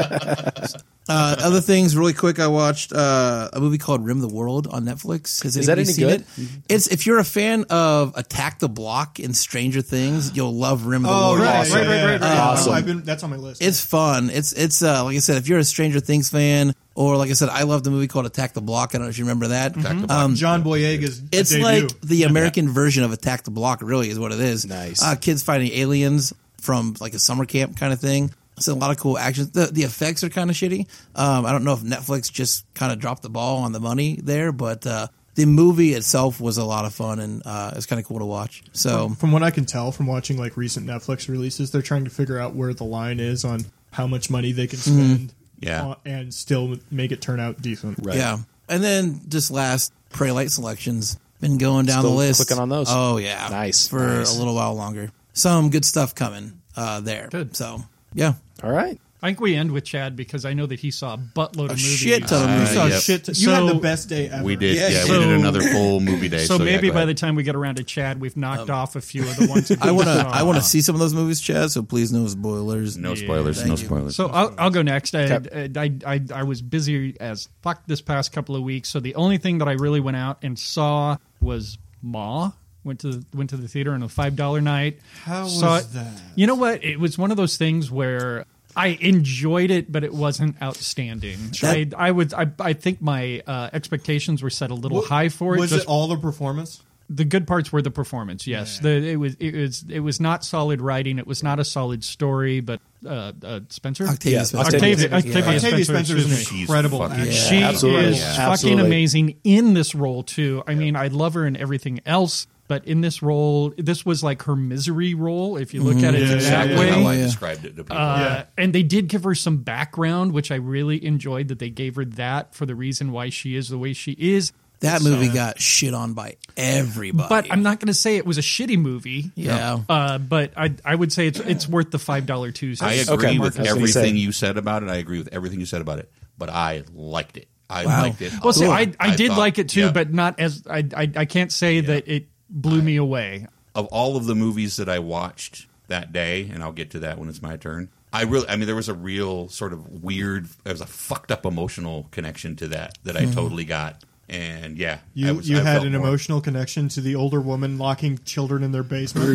S3: uh, other things, really quick, I watched uh, a movie called Rim of the World on Netflix. Has
S2: Is that
S3: anybody
S2: any
S3: seen
S2: good?
S3: It? It's if you're a fan of Attack the Block and Stranger Things, you'll love Rim of the
S6: oh
S3: World.
S6: right,
S2: Awesome.
S6: right, right, right, right.
S2: Awesome.
S6: I've been, that's on my list.
S3: It's fun. It's it's uh, like I said, if you're a Stranger Things fan, or like I said, I love the movie called Attack the Block. I don't know if you remember that.
S5: Um,
S6: John Boyega's.
S3: It's
S6: debut.
S3: like the American version of Attack the Block. Really, is what it is.
S2: Nice.
S3: Uh, kids fighting aliens from like a summer camp kind of thing. It's a lot of cool action. The the effects are kind of shitty. Um, I don't know if Netflix just kind of dropped the ball on the money there, but uh, the movie itself was a lot of fun and uh, it's kind of cool to watch. So
S6: from what I can tell from watching like recent Netflix releases, they're trying to figure out where the line is on how much money they can spend,
S5: Yeah.
S6: on- and still make it turn out decent.
S2: Right.
S3: Yeah. And then just last Prey Light selections. Been going down
S2: Still
S3: the list.
S2: clicking on those.
S3: Oh yeah.
S2: Nice,
S3: For
S2: nice.
S3: a little while longer. Some good stuff coming uh there.
S4: Good.
S3: So yeah.
S2: All right.
S4: I think we end with Chad because I know that he saw a buttload of
S3: A
S4: movies.
S3: shit ton of
S5: Uh,
S6: You
S3: movies.
S6: saw
S5: yep.
S6: shit. you
S4: So-
S6: had the best day ever.
S5: We did,
S3: Yeah,
S5: yeah,
S3: so-
S5: we did another full movie day.
S4: So, maybe
S5: yeah, go
S4: by
S5: ahead.
S4: the time we get around to Chad, we've knocked off a few of the ones. that
S3: I
S4: we
S3: wanna
S4: saw.
S3: I wanna see some of those movies, Chad, so please no spoilers.
S5: no spoilers, no spoilers.
S4: So I'll, I'll go next. I, I, I, I was busy as fuck this past couple of weeks, so the only thing that I really went out and saw was Ma. Went to went to the theater on a five dollar night.
S6: How
S4: Saw
S6: was
S4: it.
S6: that?
S4: You know what? It was one of those things where I enjoyed it, but it wasn't outstanding. I, I would I, I think my uh, expectations were set a little high for it.
S6: Was
S4: just
S6: it all the performance?
S4: the good parts were the performance. Yes, the, it was it was it was not solid writing. It was not a solid story. But uh, uh, Spencer,
S3: Octavia
S2: Yeah,
S3: Spencer.
S4: Octavia,
S2: Octavia.
S4: Octavia
S6: Octavia Spencer,
S4: Spencer
S6: is
S4: excuse me.
S6: an
S5: She's
S6: incredible
S5: fucking-
S6: actress.
S4: She
S2: Absolutely.
S4: is
S2: Yeah.
S4: fucking
S2: Absolutely.
S4: amazing in this role too. I mean, I love her in everything else. But in this role, this was like her misery role, if you look
S2: Mm-hmm.
S4: at it
S6: yeah,
S4: that
S5: Exactly
S4: way.
S5: how I
S3: Yeah.
S5: described it to people.
S4: Uh, And they did give her some background, which I really enjoyed that they gave her that for the reason why she is the way she is.
S3: That movie got shit on by everybody.
S4: But I'm not going to say it was a shitty movie.
S3: yeah,
S4: Uh, but I I would say it's it's worth the five dollar Tuesday.
S5: I agree
S2: Okay.
S5: with
S2: That's what he said.
S5: everything you said about it. I agree with everything you said about it, but I liked it. I
S3: Wow.
S5: liked it.
S4: Well, see, I I did
S5: thought-
S4: like it too,
S5: yeah.
S4: but not as I I, I can't say that it blew me away.
S5: of all of the movies that I watched that day, and I'll get to that when it's my turn. I really, I mean, there was a real sort of weird, there was a fucked up emotional connection to that that
S4: Mm-hmm.
S5: I totally got. And yeah, I
S6: You,
S5: was,
S6: you
S5: I
S6: had
S5: felt
S6: an
S5: more-
S6: emotional connection to the older woman locking children in their basement.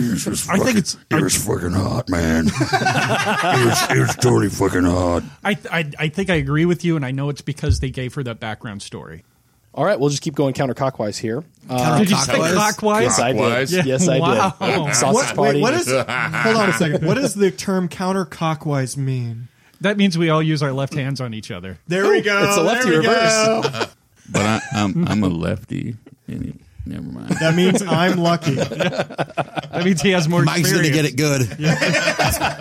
S4: I think it's
S7: It was fucking hot, man. it, was, it was totally fucking hot.
S4: I, I I think I agree with you, and I know it's because they gave her that background story.
S2: All right, we'll just keep going counterclockwise here. Uh,
S4: Did you say
S3: Clockwise?
S4: clockwise?
S2: yes, I did.
S5: Clockwise? Yeah.
S2: Yes, I
S4: Wow.
S2: did. Sausage
S6: what,
S2: party.
S6: wait, what is? hold on a second. What does the term counterclockwise mean?
S4: That means we all use our left hands on each other.
S6: There we go.
S2: it's a lefty
S6: there we
S2: reverse.
S6: go.
S5: But I, I'm, I'm a lefty. Any- Never mind.
S6: That means I'm lucky.
S4: That means he has more
S3: Mike's gonna
S4: experience.
S3: get it good.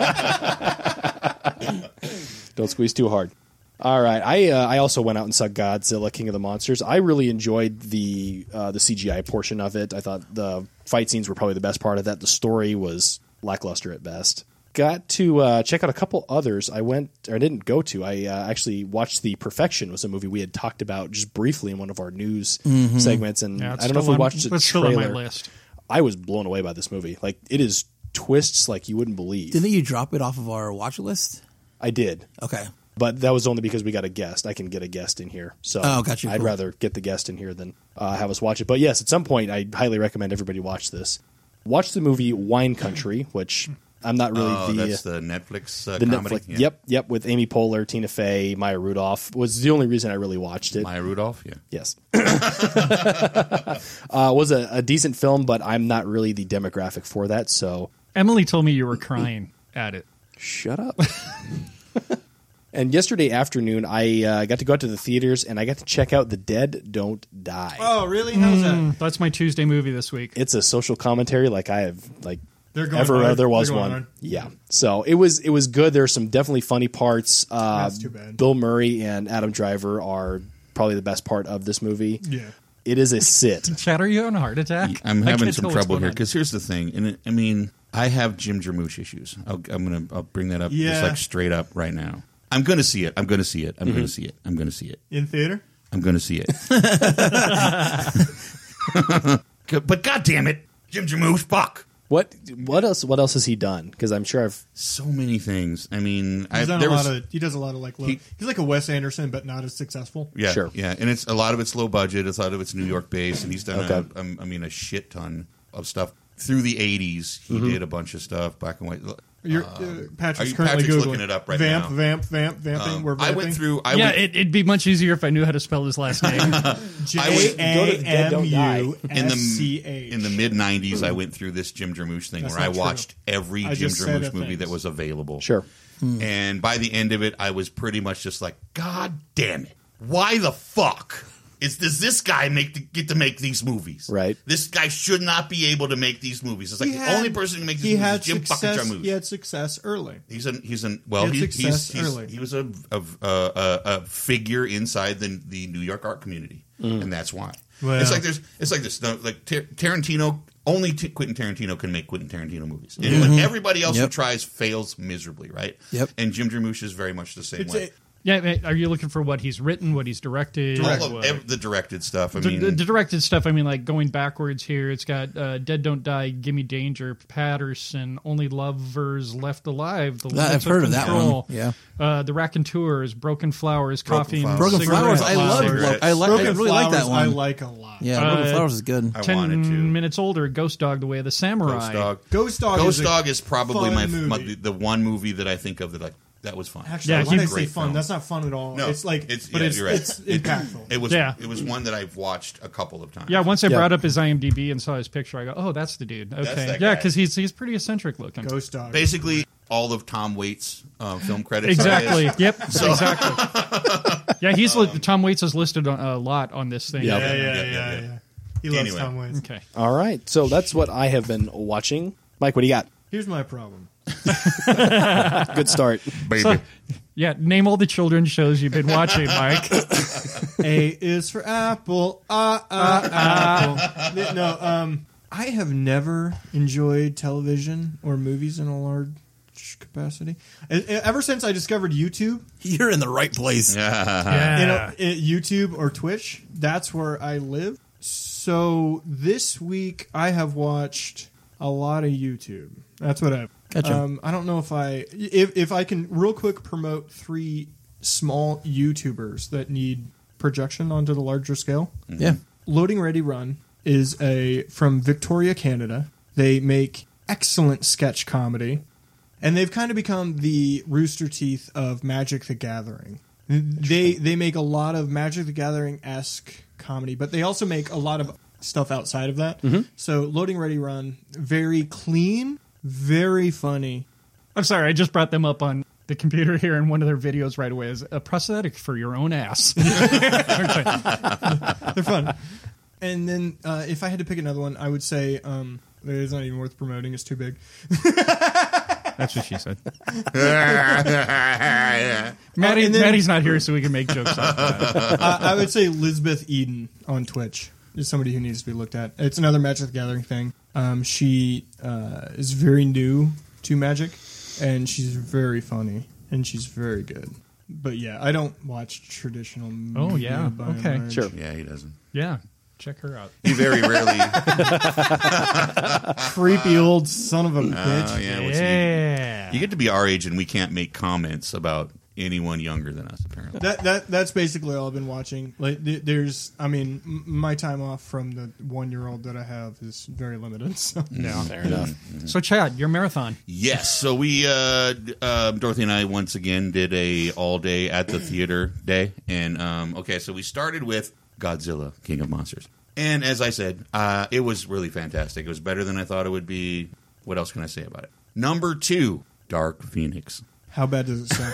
S2: Don't squeeze too hard. All right, I uh, I also went out and saw Godzilla: King of the Monsters. I really enjoyed the uh, the CGI portion of it. I thought the fight scenes were probably the best part of that. The story was lackluster at best. Got to uh, check out a couple others. I went or I didn't go to. I uh, actually watched The Perfection. Was a movie we had talked about just briefly in one of our news segments, and
S4: Mm-hmm. Yeah, it's
S2: I don't know if
S4: still
S2: we
S4: on-
S2: watched the
S4: it's still
S2: trailer.
S4: on my list.
S2: I was blown away by this movie. Like it is twists like you wouldn't believe.
S3: Didn't you drop it off of our watch list?
S2: I did.
S3: Okay.
S2: But that was only because we got a guest. I can get a guest in here. So
S3: Oh, gotcha.
S2: I'd
S3: Cool.
S2: rather get the guest in here than uh, have us watch it. But yes, at some point, I highly recommend everybody watch this. Watch the movie Wine Country, which I'm not really
S5: oh,
S2: the
S5: that's the Netflix uh,
S2: the
S5: comedy.
S2: Netflix.
S5: Yeah.
S2: Yep, yep, with Amy Poehler, Tina Fey, Maya Rudolph was the only reason I really watched it.
S5: Maya Rudolph. Yeah.
S2: Yes, uh, was a, a decent film, but I'm not really the demographic for that. So
S4: Emily told me you were crying at it.
S2: Shut up. and yesterday afternoon, I uh, got to go out to the theaters and I got to check out The Dead Don't Die.
S6: Oh, really?
S4: Hmm.
S6: How's that?
S4: That's my Tuesday movie this week.
S2: It's a social commentary like I have like
S6: They're going
S2: ever
S6: hard.
S2: there was
S6: They're going
S2: one.
S6: hard.
S2: Yeah. So it was it was good. There are some definitely funny parts. Uh,
S6: That's too bad.
S2: Bill Murray and Adam Driver are probably the best part of this movie.
S6: Yeah.
S2: It is a sit.
S4: Chad, are you having a heart attack?
S5: I'm
S4: I
S5: having
S4: can't
S5: some
S4: tell what's
S5: trouble
S4: going
S5: here
S4: on.
S5: because here's the thing, and it, I mean, I have Jim Jarmusch issues. I'll, I'm gonna I'll bring that up
S6: Yeah. Mm-hmm.
S5: just like straight up right now. I'm gonna see it. I'm gonna see it. I'm gonna see it. I'm gonna see it.
S6: In theater?
S5: I'm gonna see it. but God damn it, Jim Jarmusch, fuck.
S2: What what else what else has he done? Because I'm sure I've
S5: So many things. I mean, I,
S6: He's done
S5: there
S6: a lot
S5: was
S6: of. He does a lot of like. Low,
S5: He-
S6: he's like a Wes Anderson, but not as successful.
S5: yeah,
S2: Sure.
S5: yeah, and it's a lot of it's low budget. It's a lot of it's New York based, and he's done.
S2: Okay.
S5: A, um, I mean, a shit ton of stuff through the '80s. He
S2: Mm-hmm.
S5: did a bunch of stuff black and white.
S6: You're, uh,
S5: Um, are
S6: Patrick's
S5: you-
S6: currently
S5: Patrick's
S6: googling
S5: looking it up right
S6: vamp,
S5: now.
S6: Vamp, vamp, vamping.
S5: Um,
S6: we're vamping.
S5: I went through. I
S4: yeah,
S5: went,
S4: it, it'd be much easier if I knew how to spell his last name.
S6: J A M U
S5: in the
S6: S C H.
S5: in the mid '90s, I went through this Jim Jarmusch thing
S6: That's
S5: where I
S6: not true.
S5: watched every
S6: I
S5: Jim
S6: just said
S5: Jarmusch
S6: a
S5: movie
S6: thing. Hmm.
S5: that was available.
S2: Sure.
S5: And by the end of it, I was pretty much just like, God damn it! Why the fuck is does this guy make to, get to make these movies?
S2: Right.
S5: This guy should not be able to make these movies. It's like the only person who makes
S6: he
S5: these movies
S6: had
S5: is Jim
S6: success,
S5: fucking Jarmusch.
S6: He had success early.
S5: He's an he's an well
S6: He had
S5: he,
S6: success
S5: he's, he's
S6: early.
S5: he was a a, a a a figure inside the the New York art community,
S3: Mm.
S5: and that's why.
S6: Well-
S5: It's like there's it's like this no, like Tar- Tarantino only T- Quentin Tarantino can make Quentin Tarantino movies, and
S6: Mm-hmm.
S5: when everybody else who
S3: Yep.
S5: tries fails miserably, right?
S3: Yep.
S5: And Jim Jarmusch is very much the same
S6: It's
S5: way.
S6: a-
S4: yeah, man, are you looking for what he's written, what he's directed?
S5: All
S4: what-
S5: of ev- the directed stuff. I
S4: the,
S5: mean,
S4: the directed stuff. I mean, like going backwards here. It's got uh, "Dead Don't Die," "Gimme Danger," "Patterson," "Only Lovers Left Alive," "The
S3: I've
S4: Limits
S3: heard of
S4: of
S3: that one.
S4: Control,"
S3: Yeah.
S4: uh, "The Raconteurs," "Broken Flowers,"
S5: Broken
S4: "Coffee,"
S5: Flowers.
S4: and
S3: Broken
S4: Cigarette
S3: Flowers. I love.
S4: Flowers.
S5: Cigarettes.
S3: I like. I
S6: Broken
S3: really like that
S6: Flowers I
S3: one.
S6: like a lot.
S3: yeah,
S4: Uh,
S3: Broken Flowers is good.
S5: I wanted to.
S4: Ten minutes older, Ghost Dog, The Way of the Samurai.
S5: Ghost Dog.
S6: Ghost Dog.
S5: Ghost
S6: is a
S5: Dog is probably
S6: fun
S5: my,
S6: movie.
S5: my the one movie that I think of that like that was fun.
S6: Actually,
S4: Yeah,
S6: yeah, when
S4: he-
S6: I say
S5: Great
S6: fun,
S5: film.
S6: that's not fun at all.
S5: No,
S6: it's like,
S5: it's-
S6: but
S5: yeah,
S6: it's,
S5: you're right.
S6: it's impactful.
S5: It was
S4: Yeah.
S5: it was one that I've watched a couple of times.
S4: Yeah, once I
S2: Yeah.
S4: brought up his IMDb and saw his picture, I go, "Oh, that's the dude." Okay,
S5: that
S4: yeah,
S5: guy.
S4: because he's he's pretty eccentric looking.
S6: Ghost Dog.
S5: basically all of Tom Waits' uh, film credits.
S4: Exactly.
S5: are his.
S4: Yep. Exactly. yeah, he's li- Tom Waits is listed on, a lot on this thing.
S2: Yeah.
S6: yeah, yeah,
S5: yeah,
S6: yeah,
S5: yeah,
S6: yeah.
S5: yeah.
S6: He loves
S5: Anyway.
S6: Tom Waits.
S4: Okay.
S2: All right. So that's what I have been watching. Mike, what do you got?
S6: Here's my problem.
S2: Good start.
S7: baby.
S4: Yeah, name all the children's shows you've been watching, Mike.
S6: Uh-huh. A is for apple. Ah, ah, apple. No, um, I have never enjoyed television or movies in a large capacity. E- e- Ever since I discovered YouTube,
S3: You're in the right place.
S6: you know, i- YouTube or Twitch, that's where I live. So this week I have watched a lot of YouTube. That's what I've.
S3: Gotcha.
S6: Um, I don't know if I if if I can real quick promote three small YouTubers that need projection onto the larger scale.
S3: Yeah.
S6: Loading Ready Run is a from Victoria, Canada. They make excellent sketch comedy, and they've kind of become the Rooster Teeth of Magic the Gathering. They they make a lot of Magic the Gathering esque comedy, but they also make a lot of stuff outside of that. So Loading Ready Run, very clean, very funny.
S4: I'm sorry, I just brought them up on the computer here, and one of their videos right away is a prosthetic for your own ass.
S6: They're fun. And then uh, if I had to pick another one, I would say um, it's not even worth promoting. It's too big.
S4: That's what she said.
S6: Oh,
S4: Maddie,
S6: and then-
S4: Maddie's not here, so we can make jokes. off of that.
S6: uh, I would say Lisbeth Eden on Twitch is somebody who needs to be looked at. It's another Magic the Gathering thing. Um, she uh, is very new to Magic, and she's very funny and she's very good. But yeah, I don't watch traditional.
S4: Oh,
S6: media
S4: yeah.
S6: by and
S4: Okay.
S6: large.
S2: Sure.
S5: Yeah, he doesn't.
S4: Yeah, check her out.
S5: He very rarely.
S6: Creepy old son of a bitch.
S5: Oh, yeah, what's he-
S4: yeah.
S5: you get to be our age, and we can't make comments about anyone younger than us. Apparently,
S6: that that that's basically all I've been watching. Like th- there's, I mean, m- my time off from the one year old that I have is very limited. So
S2: Fair enough.
S4: So, Chad, your marathon.
S5: Yes. So we, uh, d- uh, Dorothy and I, once again did a all day at the theater day, and um, okay, so we started with Godzilla, King of Monsters, and as I said, uh, it was really fantastic. It was better than I thought it would be. What else can I say about it? Number two, Dark Phoenix.
S6: how bad does it sound?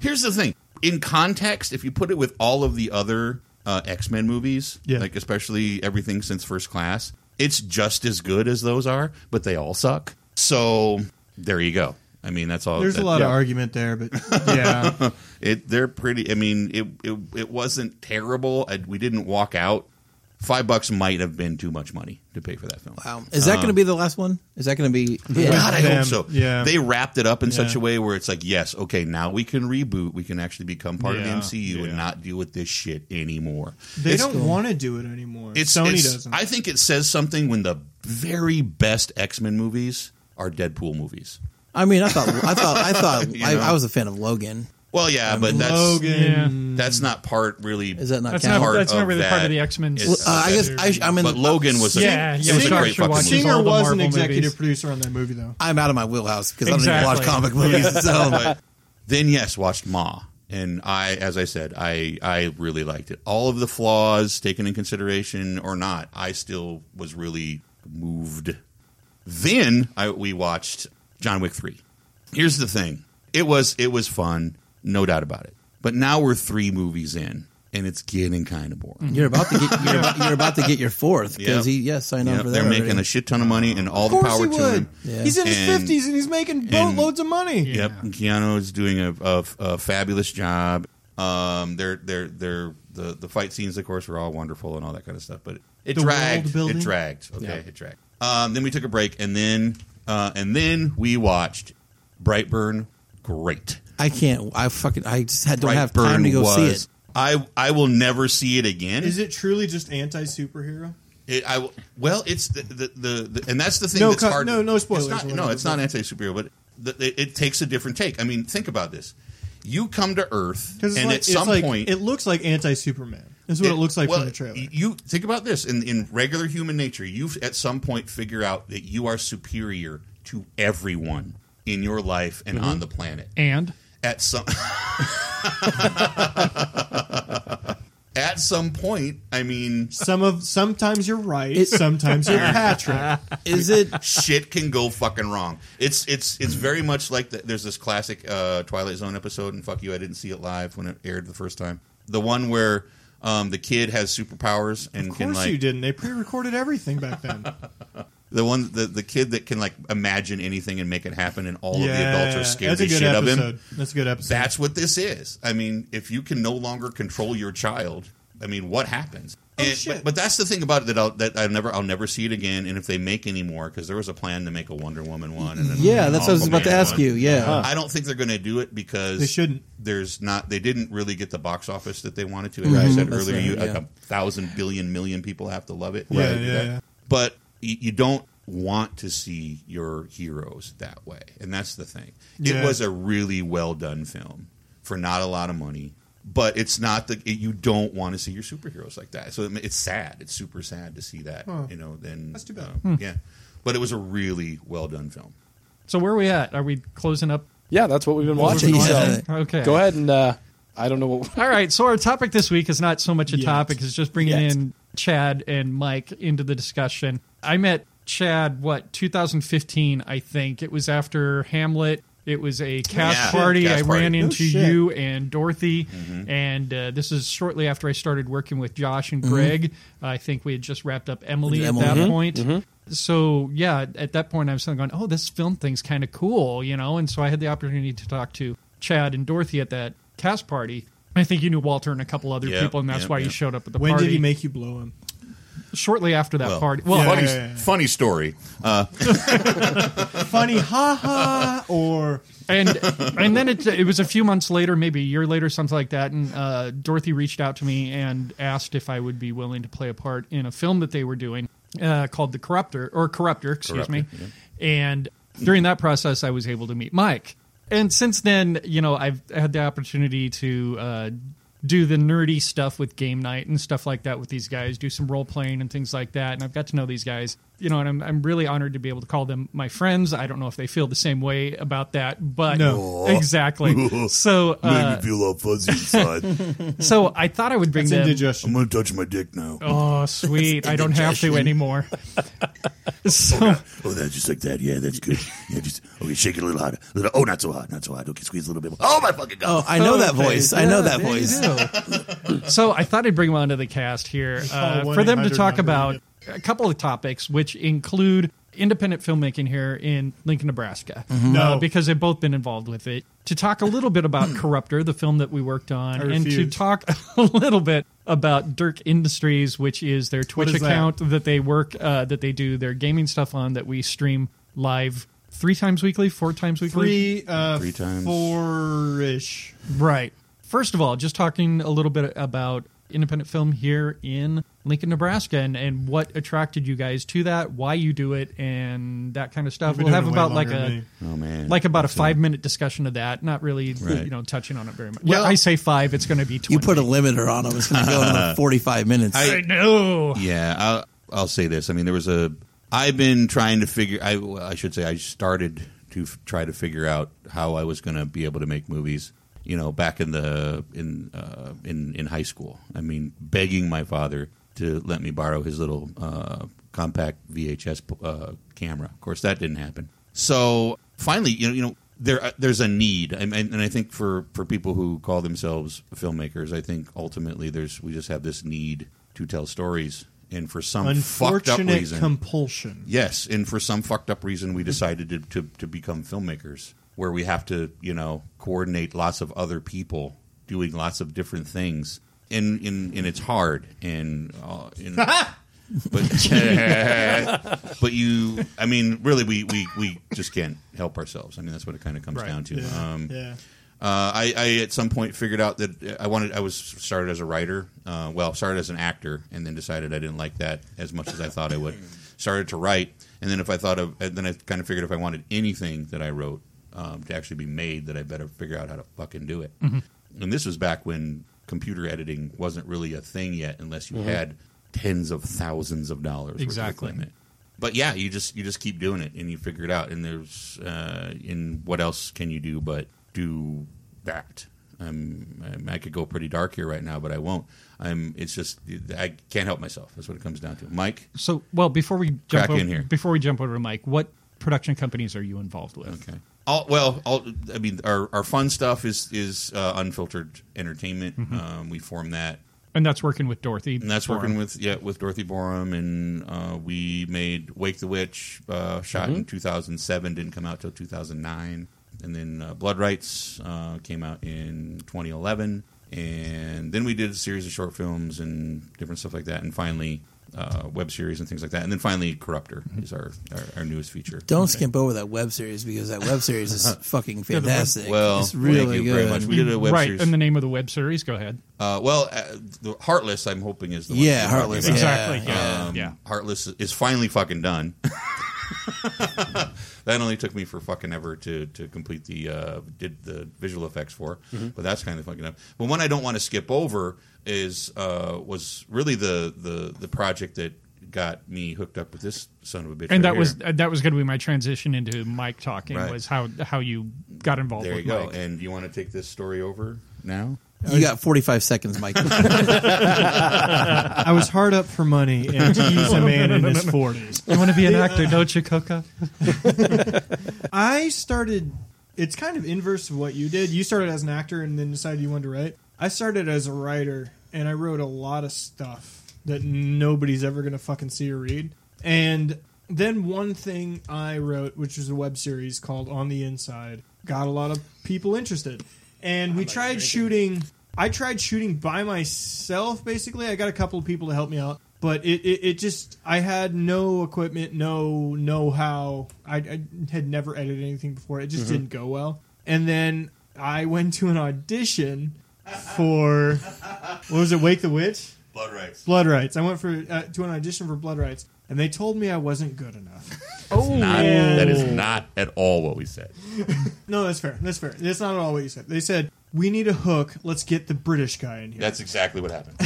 S5: Here's the thing: in context, if you put it with all of the other uh, X Men movies,
S6: Yeah.
S5: like especially everything since First Class, it's just as good as those are, but they all suck. So there you go. I mean, that's all.
S6: There's a
S5: that-
S6: lot
S2: yeah.
S6: of argument there, but yeah.
S5: It they're pretty. I mean, it it, it wasn't terrible. I, we didn't walk out. Five bucks might have been too much money to pay for that film.
S3: Wow. Is that
S5: Um,
S3: going to be the last one? Is that going to be?
S5: God, I
S6: Them,
S5: hope so.
S6: yeah.
S5: They wrapped it up in such
S6: Yeah.
S5: a way where it's like, yes, okay, now we can reboot. We can actually become part
S4: Yeah,
S5: of the MCU and not deal with this shit anymore.
S6: They
S5: It's-
S6: don't want to do it anymore.
S5: It's,
S6: Sony
S5: it's-
S6: doesn't.
S5: I think it says something when the very best X Men movies are Deadpool movies.
S3: I mean, I thought, I thought, I thought, I, I was a fan of Logan.
S5: Well, yeah, but that's
S6: Logan.
S5: that's not part really.
S3: Is that not
S4: That's
S3: count?
S4: not,
S5: Part
S4: that's not
S5: of
S4: really part
S5: that
S4: of the X Men.
S5: is-
S3: Well, uh, I guess I, I'm in. uh,
S5: But Logan was a
S4: Yeah,
S5: it
S4: yeah,
S5: was a
S4: Star
S5: great
S4: Trek
S5: fucking
S4: watches
S5: movie.
S6: Singer
S4: all the
S6: was an
S4: Marvel
S6: executive
S4: movies.
S6: producer on that movie, though.
S3: I'm out of my wheelhouse because I don't even watch
S4: Exactly.
S3: comic movies. So
S5: but then yes, watched Ma, and I, as I said, I I really liked it. All of the flaws taken in consideration or not, I still was really moved. Then I, we watched John Wick three. Here's the thing: it was it was fun, no doubt about it. But now we're three movies in, and it's getting kind of boring.
S3: you're about to get, you're, about, you're about to get your fourth because
S5: Yeah.
S3: he, yes, signed
S5: Yeah,
S3: on for that.
S5: they're making
S3: already.
S5: a shit ton of money, and all the power to him.
S3: Yeah.
S6: He's in his
S5: And-
S6: fifties and he's making boatloads of money.
S5: Yep, and Keanu is doing a, a, a fabulous job. Um, they're they're they're the the fight scenes, of course, were all wonderful and all that kind of stuff. But it, it
S6: The world
S5: dragged.
S6: building?
S5: It dragged. Okay, it dragged. Um, then we took a break, and then uh, and then we watched Brightburn. Great.
S3: I can't. I fucking. I just had, don't
S5: Brightburn
S3: have time to go see it.
S5: I I will never see it again.
S6: Is it truly just anti superhero?
S5: It, I will- well, it's the the, the the and that's the thing
S6: No
S5: that's
S6: cut-
S5: hard.
S6: no- no
S5: it's
S6: spoilers
S5: not-
S6: or
S5: no,
S6: whatever,
S5: it's not anti superhero, but the, it, it takes a different take. I mean, think about this: you come to Earth,
S6: Because
S5: and
S6: like,
S5: at some
S6: it's like-
S5: point,
S6: it looks like anti Superman. Is what it, looks like
S5: well,
S6: from the trailer.
S5: You think about this in in regular human nature, you at some point figure out that you are superior to everyone in your life and
S6: Mm-hmm.
S5: on the planet
S4: And
S5: at some at some point. I mean,
S6: Some of sometimes you're right,
S3: It-
S6: sometimes you're Patrick.
S3: Is it?
S5: shit can go fucking wrong. It's it's it's very much like the, there's this classic uh, Twilight Zone episode, and fuck you, I didn't see it live when it aired the first time. The one where Um, the kid has superpowers and
S6: Of
S5: can
S6: course
S5: like
S6: you didn't. They pre-recorded everything back then.
S5: the one the, the kid that can like imagine anything and make it happen, and all of the adults are scared
S6: that's a
S5: the
S6: good
S5: shit
S6: episode.
S5: of him.
S6: That's a good episode.
S5: That's what this is. I mean, if you can no longer control your child, I mean, what happens?
S6: Oh,
S5: And-
S6: shit.
S5: But, but that's the thing about it that I'll that I never I'll never see it again. And if they make any more, because there was a plan to make a Wonder Woman one, and then
S3: Yeah, that's what I was about to
S5: Aquaman
S3: ask
S5: one.
S3: you. Yeah.
S5: I don't think they're going to do it because
S6: They shouldn't.
S5: There's not. They didn't really get the box office that they wanted to. As I said
S3: That's
S5: earlier,
S3: right,
S5: you, like
S3: yeah.
S5: a thousand billion million people have to love it.
S6: Yeah,
S5: Right.
S6: yeah,
S5: That-
S6: yeah.
S5: But you, you don't want to see your heroes that way, and that's the thing.
S6: Yeah.
S5: It was a really well done film for not a lot of money. But it's not the it, you don't want to see your superheroes like that. So it, it's sad. It's super sad to see that. You know, then
S6: That's too bad.
S5: um, Yeah, but it was a really well done film.
S4: So where are we at? Are we closing up?
S8: Yeah, that's what we've been watching.
S3: Yeah.
S8: So
S4: Okay.
S8: go ahead and uh, I don't know what.
S4: All right. So our topic this week is not so much a
S6: Yet.
S4: topic; it's just bringing
S8: Yet.
S4: in Chad and Mike into the discussion. I met Chad what 2015, I think. It was after Hamlet. It was a cast
S5: Yeah,
S4: party.
S5: cast
S4: I
S5: party.
S4: ran
S5: No
S4: into
S6: shit.
S4: you and Dorothy, and uh, this is shortly after I started working with Josh and Greg. I think we had just wrapped up Emily,
S3: Emily.
S4: at that
S3: Mhm.
S4: point. So yeah, at that point I was kind of going, "Oh, this film thing's kind of cool," you know. And so I had the opportunity to talk to Chad and Dorothy at that cast party. I think you knew Walter and a couple other
S5: Yeah,
S4: people, and that's
S5: yeah,
S4: why you
S5: yeah.
S4: showed up at the
S6: when
S4: party.
S6: did he make you blow him?
S4: Shortly after that
S5: Well,
S4: party. Well,
S6: yeah.
S5: funny, funny story. Uh,
S6: Funny, haha, or
S4: and and then it it was a few months later, maybe a year later, something like that. And uh, Dorothy reached out to me and asked if I would be willing to play a part in a film that they were doing uh, called The Corruptor or Corruptor, excuse me. And during that process, I was able to meet Mike. And since then, you know, I've had the opportunity to uh, do the nerdy stuff with game night and stuff like that with these guys, do some role playing and things like that. And I've got to know these guys, you know, and I'm, I'm really honored to be able to call them my friends. I don't know if they feel the same way about that, but
S6: No.
S4: exactly. so,
S7: Made
S4: uh,
S7: me feel all fuzzy inside.
S4: so I thought I would bring
S6: it's
S4: them.
S7: I'm
S6: indigestion.
S7: going to touch my dick now. Oh.
S4: Oh, sweet. I don't have to anymore. so,
S7: Oh, that's just like that. Yeah, that's good. Yeah, just okay. Shake it a little harder. Little, oh, not so hard. Not so hard. Okay, squeeze a little bit. More. Oh my fucking god!
S3: Oh, I know that
S4: Okay.
S3: voice. I know that
S4: there you
S3: voice.
S4: go. so I thought I'd bring them onto the cast here uh,
S6: call
S4: for them to
S6: 1-800
S4: talk
S6: number.
S4: about a couple of topics, which include independent filmmaking here in Lincoln, Nebraska,
S6: Mm-hmm. No.
S4: uh, because they've both been involved with it. To talk a little bit about Corruptor, the film that we worked on, and to
S6: refuse.
S4: talk a little bit about Dirk Industries, which is their Twitch
S6: is that?
S4: account that? they work, uh, that they do their gaming stuff on, that we stream live three times weekly, four times weekly,
S6: Three, uh,
S5: Three times.
S6: four-ish.
S4: Right. First of all, just talking a little bit about independent film here in Lincoln, Nebraska, and, and what attracted you guys to that, why you do it, and that kind of stuff.
S6: You've been
S4: We'll have
S6: doing it way
S4: about like
S6: longer
S4: a
S6: than
S5: Oh man!
S4: like about a five minute discussion of that. Not really,
S5: Right.
S4: you know, touching on it very much.
S5: Well-
S4: Well, I say five, it's going to be twenty.
S3: You put a limiter on him. It's going to go in like 45 minutes.
S4: I know.
S5: Yeah, I'll, I'll say this. I mean, there was a. I've been trying to figure. I, well, I should say I started to f- try to figure out how I was going to be able to make movies. You know, back in the in uh, in in high school. I mean, begging my father to let me borrow his little uh, compact VHS uh, camera. Of course, that didn't happen. So finally, you know, you know, there uh, there's a need, and, and and I think for for people who call themselves filmmakers, I think ultimately there's we just have this need to tell stories, and for some fucked up
S6: Unfortunate
S5: reason,
S6: compulsion.
S5: yes, and for some fucked up reason, we decided to, to to become filmmakers, where we have to you know coordinate lots of other people doing lots of different things, and and, and it's hard, and uh, and- but but you i mean really we, we we just can't help ourselves i mean that's what it kind of comes down to um
S6: Yeah.
S5: uh, I, I at some point figured out that I wanted. I was started as a writer. Uh, well, started as an actor, and then decided I didn't like that as much as I thought I would. started to write, and then if I thought of, and then I kind of figured if I wanted anything that I wrote um, to actually be made, that I better figure out how to fucking do it. And this was back when computer editing wasn't really a thing yet, unless you had tens of thousands of dollars worth of
S4: Exactly.
S5: equipment but yeah, you just you just keep doing it and you figure it out. And there's uh, and what else can you do but do that? I'm, I'm I could go pretty dark here right now, but I won't. I'm. It's just I can't help myself. That's what it comes down to. Mike,
S4: So, well, before we jump
S5: Crack
S4: over,
S5: in here.
S4: before we jump over to Mike, what production companies are you involved with?
S5: Okay. All, well, all, I mean, our, our fun stuff is is uh, unfiltered entertainment. Um, we form that.
S4: and that's working with Dorothy.
S5: and that's
S4: Borum.
S5: working with yeah with Dorothy Borum, and uh, we made Wake the Witch, uh, shot
S3: Mm-hmm.
S5: in 2007, didn't come out till 2009, and then uh, Blood Rights uh, came out in 2011, and then we did a series of short films and different stuff like that, and finally uh, web series and things like that, and then finally Corruptor is our our, our newest feature.
S3: Mm-hmm. Don't skimp over that web series because that web series is fucking fantastic.
S5: Well,
S3: it's really
S5: thank you
S3: good.
S5: very much. We did a web
S4: right,
S5: series.
S4: and the name of the web series. Go ahead.
S5: uh, well, uh, the Heartless, I'm hoping is the one
S3: Yeah,
S5: you're talking
S3: Heartless, yeah.
S5: about.
S4: Exactly. Yeah.
S5: Um,
S4: yeah.
S5: Heartless is finally fucking done. that only took me for fucking ever to to complete the uh, did the visual effects for,
S4: Mm-hmm.
S5: but that's kind of fucking up. But one I don't want to skip over is uh, was really the the the project that got me hooked up with this son of a bitch.
S4: And
S5: right
S4: that was
S5: here.
S4: uh, that was going to be my transition into Mike talking
S5: Right.
S4: was how how you got involved
S5: there you
S4: with
S5: go.
S4: Mike.
S5: And you want to take this story over now?
S3: You got 45 seconds, Mike.
S6: I was hard up for money and to use a man in his 40s.
S4: You want to be an actor, don't you, Coca?
S6: I started. It's kind of inverse of what you did. You started as an actor and then decided you wanted to write. I started as a writer and I wrote a lot of stuff that nobody's ever going to fucking see or read. And then one thing I wrote, which was a web series called On the Inside, got a lot of people interested. And we tried shooting. I tried shooting by myself, basically. I got a couple of people to help me out, but it, it, it just, I had no equipment, no know how. I, I had never edited anything before. It just didn't go well. And then I went to an audition for, what was it, Wake the Witch?
S5: Blood rights.
S6: Blood Rights. I went for uh, to an audition for Blood Rights, and they told me I wasn't good enough.
S5: Not,
S6: Yeah.
S5: that is not at all what we said.
S6: No, that's fair. That's fair. That's not at all what you said. They said we need a hook. Let's get the British guy in here.
S5: That's exactly what happened.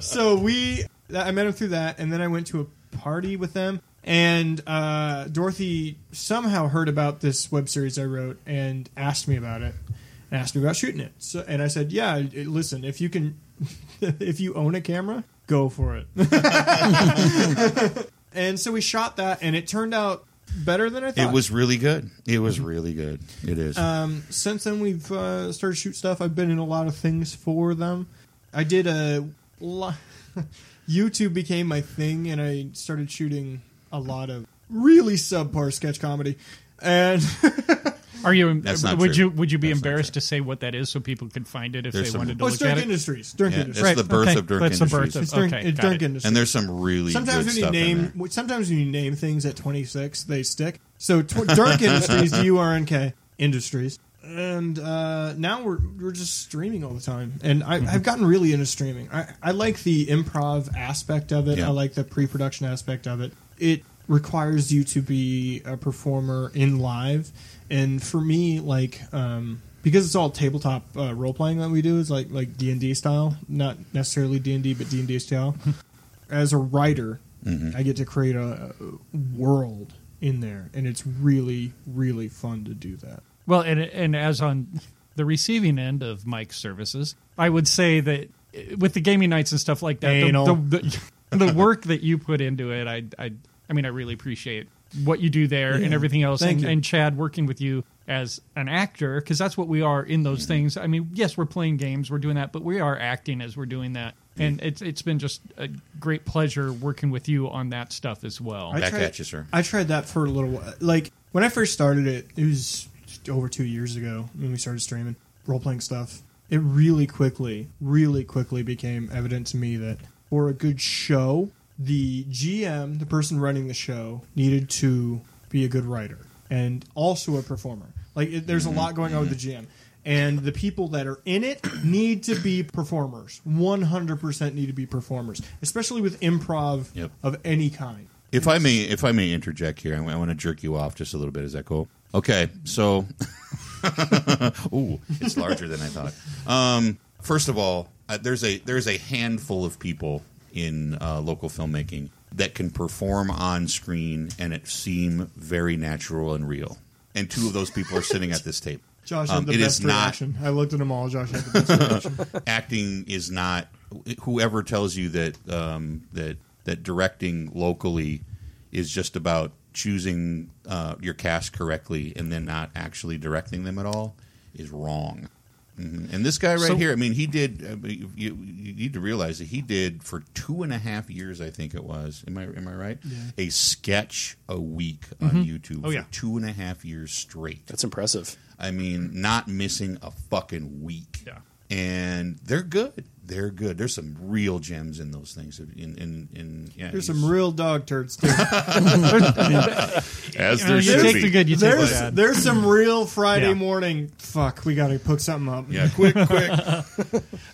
S6: so we i met him through that and then i went to a party with them and uh, dorothy somehow heard about this web series i wrote and asked me about it and asked me about shooting it so, and i said yeah i- listen if you can if you own a camera go for it and so we shot that and it turned out better than i thought
S5: It was really good. It was really good. It is.
S6: um, since then we've uh, started to shoot stuff. I've been in a lot of things for them. I did a lot. YouTube became my thing, and I started shooting a lot of really subpar sketch comedy. And
S4: Are you?
S5: That's not
S4: would
S5: true.
S4: you would you be
S5: That's not
S4: embarrassed to say what that is so people could find it if
S5: There's
S4: they
S5: some-
S4: wanted to
S6: oh, it's
S4: look at
S6: Drink
S4: it?
S6: Industries. Drink
S5: Yeah, it's
S6: Industries.
S5: the birth
S4: okay.
S5: of Dirk
S4: That's the birth
S5: Industries.
S4: of-
S6: It's Drink,
S4: Okay,
S6: it's
S4: got
S6: drink
S4: it.
S6: Industries.
S5: and there's some really
S6: Sometimes
S5: good
S6: when you
S5: stuff in there.
S6: name w- sometimes when you name things at 26, they stick. So tw- Dark Industries, D U R N K Industries, and uh, now we're we're just streaming all the time. And I,
S5: Mm-hmm.
S6: I've gotten really into streaming. I, I like the improv aspect of it.
S5: Yeah.
S6: I like the pre-production aspect of it. It requires you to be a performer in live, and for me, like. Um, because it's all tabletop uh, role playing that we do is like like D and D style, not necessarily D and D, but D and D style
S5: Hmm.
S6: as a writer, I get to create a a world in there, and it's really, really fun to do that.
S4: Well, and and as on the receiving end of Mike's services, I would say that uh, with the gaming nights and stuff like that, the,
S6: Anal.
S4: the, the, the work that you put into it, I I I mean, I really appreciate what you do there and everything else.
S6: Thank
S4: and,
S6: you.
S4: and Chad working with you as an actor because that's what we are in those things. I mean, yes, we're playing games, we're doing that, but we are acting as we're doing that. And it's it's been just a great pleasure working with you on that stuff as well.
S5: Back at you, sir.
S6: I tried that for a little while. Like when I first started it, it was over two years ago when we started streaming role playing stuff. It really quickly, really quickly became evident to me that for a good show, the GM, the person running the show, needed to be a good writer and also a performer. Like it, there's
S5: Mm-hmm.
S6: a lot going on with the GM. And the people that are in it need to be performers. 100% need to be performers, especially with improv
S5: Yep.
S6: of any kind.
S5: If I may, if I may interject here, I, want to jerk you off just a little bit. Is that cool? Okay, so, ooh, it's larger than I thought. Um, first of all, uh, there's a there's a handful of people in uh, local filmmaking that can perform on screen and it seem very natural and real. And two of those people are sitting at this table.
S6: Josh
S5: Um,
S6: had the
S5: it is
S6: best
S5: not
S6: reaction. I looked at them all. Josh had the best reaction.
S5: acting is not whoever tells you that um, that that directing locally is just about choosing uh, your cast correctly and then not actually directing them at all is wrong. And this guy right
S4: So-
S5: here, I mean, he did. I mean, you, you need to realize that he did for two and a half years. I think it was. Am I am I right? A sketch a week on YouTube.
S4: Oh, yeah.
S5: for two and a half years straight.
S2: That's impressive.
S5: I mean, not missing a fucking week.
S4: Yeah.
S5: And they're good. They're good. There's some real gems in those things. In in, in yeah, he's-
S6: There's some real dog turds too.
S7: As
S4: You, know, you take the good, you take the
S6: there's
S4: bad.
S6: there's some real Friday
S4: Yeah.
S6: morning. Fuck, we got to cook something up.
S5: Yeah, quick, quick.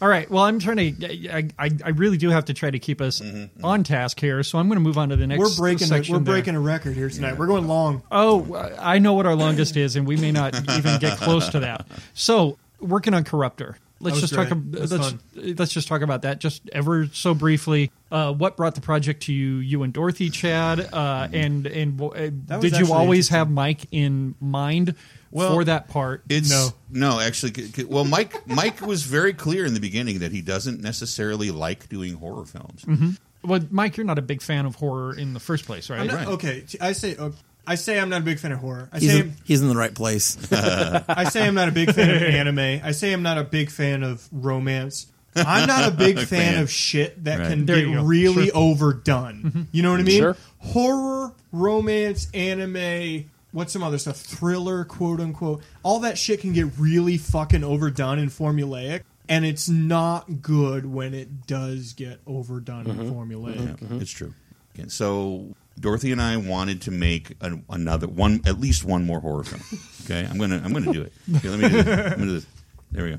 S4: All right. Well, I'm trying to. I, I, I really do have to try to keep us on task here, so I'm going to move on to the next.
S6: Mm-hmm, We're breaking the,
S4: section
S6: we're
S4: there.
S6: breaking a record here tonight. We're going long.
S4: Oh, I know what our longest is, and we may not even get close to that. So, working on corruptor. Let's
S6: That
S4: just talk.
S6: was great.
S4: ab-
S6: That's
S4: Let's
S6: fun.
S4: let's just talk about that just ever so briefly. Uh, what brought the project to you, you and Dorothy, Chad, uh, and and w- uh,
S6: Mm-hmm. was
S4: did you
S6: actually
S4: always have Mike in mind
S5: Well,
S4: for that part?
S5: It's no, no, actually. c- c- Well, Mike, Mike was very clear in the beginning that he doesn't necessarily like doing horror films.
S4: well, Mike, you're not a big fan of horror in the first place, right?
S6: I'm not, okay, I say oh, I say I'm not a big fan of horror. I
S3: He's
S6: say
S3: in, he's in the right place.
S6: I say I'm not a big fan of anime. I say I'm not a big fan of romance. I'm not a big fan
S5: Man.
S6: of shit that
S5: Right.
S6: can
S4: There you
S6: get
S4: go.
S6: really overdone.
S5: Mm-hmm.
S6: You know what I mean?
S8: Sure.
S6: Horror, romance, anime, what's some other stuff? Thriller, quote unquote. All that shit can get really fucking overdone and formulaic. And it's not good when it does get overdone
S5: Mm-hmm.
S6: and formulaic.
S5: Yeah, it's true. Okay, so Dorothy and I wanted to make an, another one, at least one more horror film. Okay, I'm gonna I'm gonna do it. Okay, let me do this. I'm gonna do this. There we go.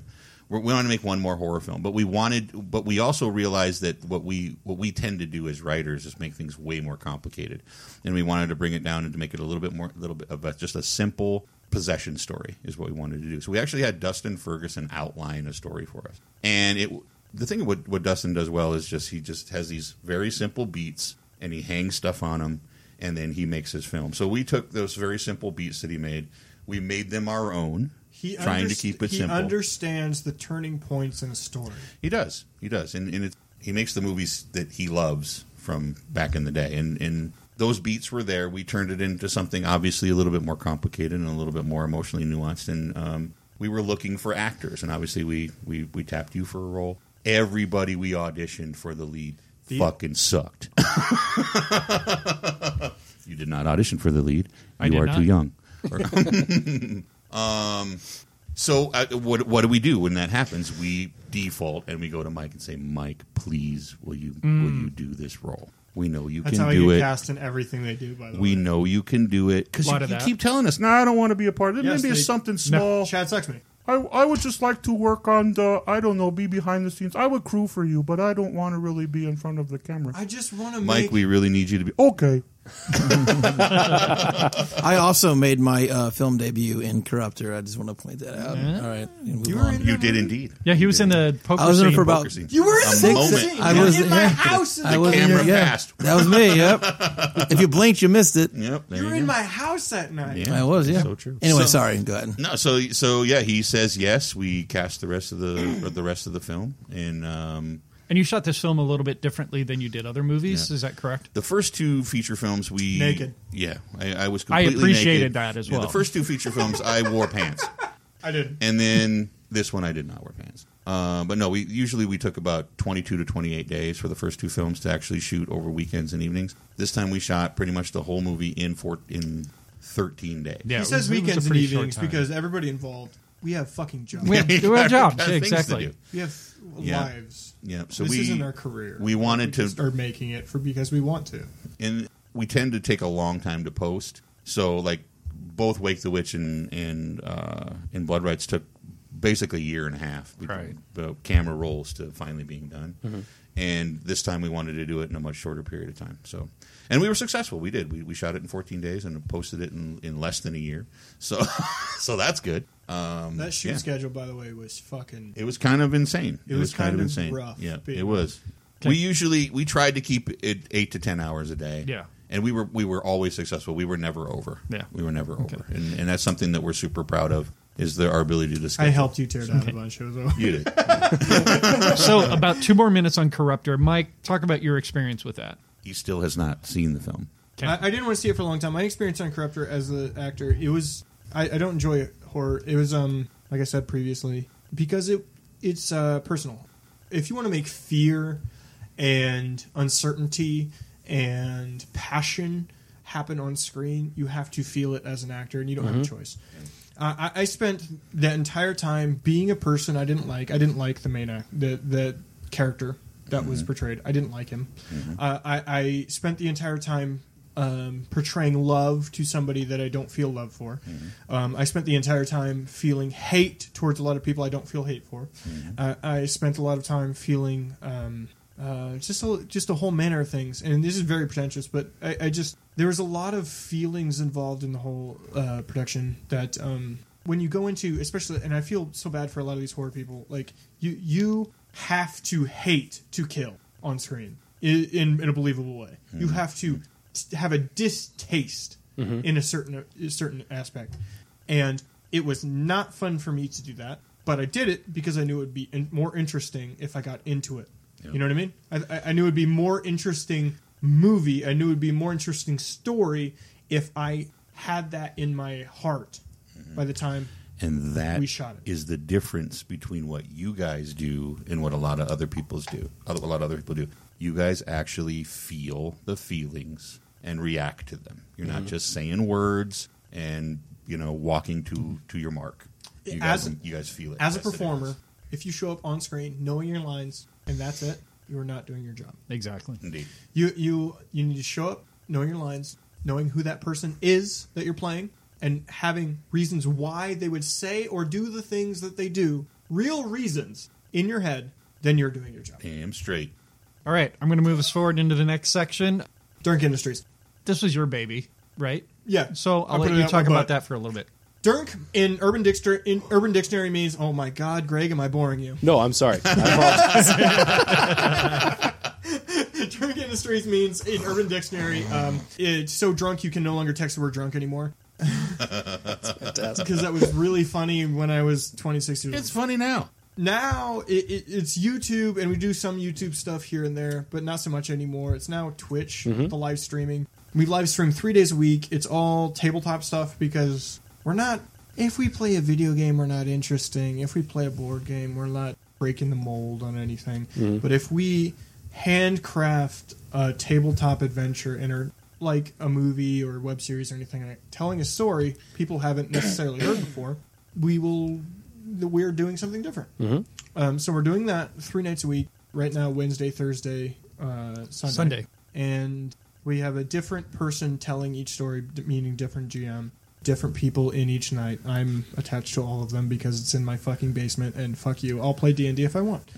S5: We're, we want to make one more horror film, but we wanted, but we also realized that what we what we tend to do as writers is make things way more complicated, and we wanted to bring it down and to make it a little bit more, a little bit of a, just a simple possession story is what we wanted to do. So we actually had Dustin Ferguson outline a story for us, and it the thing what what Dustin does well is just he just has these very simple beats and he hangs stuff on them and then he makes his film. So we took those very simple beats that he made, we made them our own,
S6: He
S5: trying to
S6: underst-
S5: keep it
S6: he
S5: simple.
S6: understands the turning points in a story.
S5: he does, he does, and and it, he makes the movies that he loves from back in the day, and and those beats were there. We turned it into something obviously a little bit more complicated and a little bit more emotionally nuanced, and um, we were looking for actors, and obviously we we we tapped you for a role. Everybody we auditioned for the lead
S6: The-
S5: fucking sucked. you did not audition for the lead.
S4: I
S5: you
S4: did
S5: are
S4: not.
S5: too young. So uh, what what do we do when that happens? We default and we go to Mike and say, Mike, please, will you will you do this role? We know you
S6: That's
S5: can
S6: how I
S5: do
S6: get
S5: it.
S6: cast in everything they do, by the
S5: We
S6: way.
S5: know you can do it because you,
S4: Lot of
S5: you
S4: that.
S5: keep telling us, "No, I don't want to be a part of it.
S6: Yes,
S5: Maybe it's
S6: they-
S5: something small.
S6: Chad sucks me.
S7: I, I would just like to work on the, I don't know, be behind the scenes. I would crew for you, but I don't want to really be in front of the camera.
S6: I just want to
S5: Mike,
S6: make
S5: we really need you to be." Oh,
S7: Okay.
S3: I also made my uh, film debut in Corruptor. I just want to point that out. All right, you move on.
S5: you did indeed.
S4: Yeah, he was in the poker.
S3: I was in it
S4: scene.
S3: for about.
S5: Poker scene.
S6: You were in
S5: A
S6: the same
S5: moment.
S6: scene.
S3: I
S6: You were
S3: was
S6: in my
S3: yeah.
S6: house. In
S3: I
S6: the
S3: was in
S5: camera
S3: your- yeah.
S5: passed.
S3: That was me. Yep. if you blinked, you missed it.
S5: Yep, there
S6: you were
S5: you
S6: in
S5: go.
S6: my house that night.
S5: Yeah.
S3: I was. Yeah.
S5: So true.
S3: Anyway,
S6: So-
S3: sorry. Go ahead.
S5: No, so so yeah, he says yes. We cast the rest of the the rest of the film, and um,
S4: And you shot this film a little bit differently than you did other movies.
S5: Yeah.
S4: Is that correct?
S5: The first two feature films we
S6: Naked.
S5: Yeah, I, I was. Completely
S4: appreciated
S5: naked.
S4: that as
S5: Yeah,
S4: well.
S5: the first two feature films, I wore pants,
S6: I did.
S5: and then this one I did not wear pants. Uh, but no, we usually we took about twenty-two to twenty-eight days for the first two films to actually shoot over weekends and evenings. This time we shot pretty much the whole movie in four, in thirteen days.
S4: Yeah,
S6: he
S4: it
S6: says
S4: was- it was a
S6: weekends and
S4: pretty short
S6: evenings
S4: time.
S6: because everybody involved. We have fucking jobs.
S4: we
S6: We have,
S4: have, we have jobs.
S5: Got
S4: Yeah,
S5: things to
S4: exactly.
S5: do. Yeah.
S6: lives.
S5: Yeah, so
S6: this
S5: we-
S6: isn't our career.
S5: we wanted to-
S6: just are making it for because we want to.
S5: and we tend to take a long time to post. So like both Wake the Witch and and uh, and Blood Rights took basically a year and a half, be-
S4: Right.
S5: the camera rolls to finally being done. And this time we wanted to do it in a much shorter period of time. So, and we were successful. We did. We, we shot it in 14 days and posted it in, in less than a year. So, so that's good. Um,
S6: That shoot
S5: yeah.
S6: schedule, by the way, was fucking.
S5: It was kind of insane. It,
S6: was
S5: was, kind,
S6: kind
S5: of
S6: of
S5: insane.
S6: rough
S5: yeah,
S6: being-
S5: it was. We usually we tried to keep it eight to ten hours a day.
S4: Yeah.
S5: and we were we were always successful. We were never over.
S4: Yeah.
S5: we were never over, and, and that's something that we're super proud of is the, our ability to.
S6: I
S5: schedule.
S6: helped you tear down a bunch of those.
S5: You did.
S4: so about two more minutes on corruptor mike talk about your experience with that
S5: he still has not seen the film.
S6: I, I didn't want to see it for a long time. My experience on Corruptor as an actor, it was I, I don't enjoy horror. It was um like I said previously, because it it's uh, personal. If you want to make fear and uncertainty and passion happen on screen, you have to feel it as an actor, and you don't have a choice. Uh, I, I spent that entire time being a person I didn't like. I didn't like the main act, the the character that was portrayed. I didn't like him. Uh, I, I spent the entire time um, portraying love to somebody that I don't feel love for. Um, I spent the entire time feeling hate towards a lot of people I don't feel hate for. Uh, I spent a lot of time feeling um, uh, just a, just a whole manner of things. And this is very pretentious, but I, I just there was a lot of feelings involved in the whole uh, production that. Um, when you go into especially and i feel so bad for a lot of these horror people like you you have to hate to kill on screen i- in in a believable way you have to t- have a distaste in a certain a certain aspect and it was not fun for me to do that but i did it because i knew it would be in, more interesting if i got into it you know what i mean I, I, I knew it would be more interesting movie i knew it would be more interesting story if i had that in my heart by the time
S5: And that
S6: We shot it.
S5: is the difference between what you guys do and what a lot of other people's do. A lot of other people do. You guys actually feel the feelings and react to them. You're
S6: Mm-hmm.
S5: not just saying words and you know walking to to your mark. You guys,
S6: As-
S5: you guys feel it
S6: as a
S5: That's the
S6: performer,
S5: difference.
S6: if you show up on screen knowing your lines and that's it, you are not doing your job.
S4: Exactly.
S5: Indeed.
S6: You you you need to show up knowing your lines, knowing who that person is that you're playing, and having reasons why they would say or do the things that they do, real reasons in your head. Then you're doing your job.
S5: Damn straight.
S4: All right, I'm going to move us forward into the next section.
S6: Dirk Industries.
S4: This was your baby, right?
S6: Yeah.
S4: So
S6: I
S4: I'll
S6: put
S4: let
S6: it
S4: you
S6: out
S4: talk
S6: my
S4: about
S6: butt.
S4: that for a little bit.
S6: Dirk in Urban Dictionary in Urban Dictionary means oh my God, Greg, am I boring you?
S8: No, I'm sorry. I apologize.
S6: drunk industries means in urban dictionary um, it's so drunk you can no longer text the word drunk anymore because that was really funny when i was 26 years old
S5: It's funny now.
S6: now it, it, it's youtube and we do some youtube stuff here and there but not so much anymore it's now twitch the live streaming we live stream three days a week it's all tabletop stuff because we're not if we play a video game we're not interesting if we play a board game we're not breaking the mold on anything but if we handcraft a tabletop adventure and are like a movie or web series or anything like telling a story people haven't necessarily heard before we will that we're doing something different. Um, so we're doing that three nights a week right now: Wednesday, Thursday, uh, Sunday.
S4: Sunday.
S6: and we have a different person telling each story, d- meaning different GM, different people in each night. I'm attached to all of them because it's in my fucking basement, and fuck you, I'll play D and D if I want.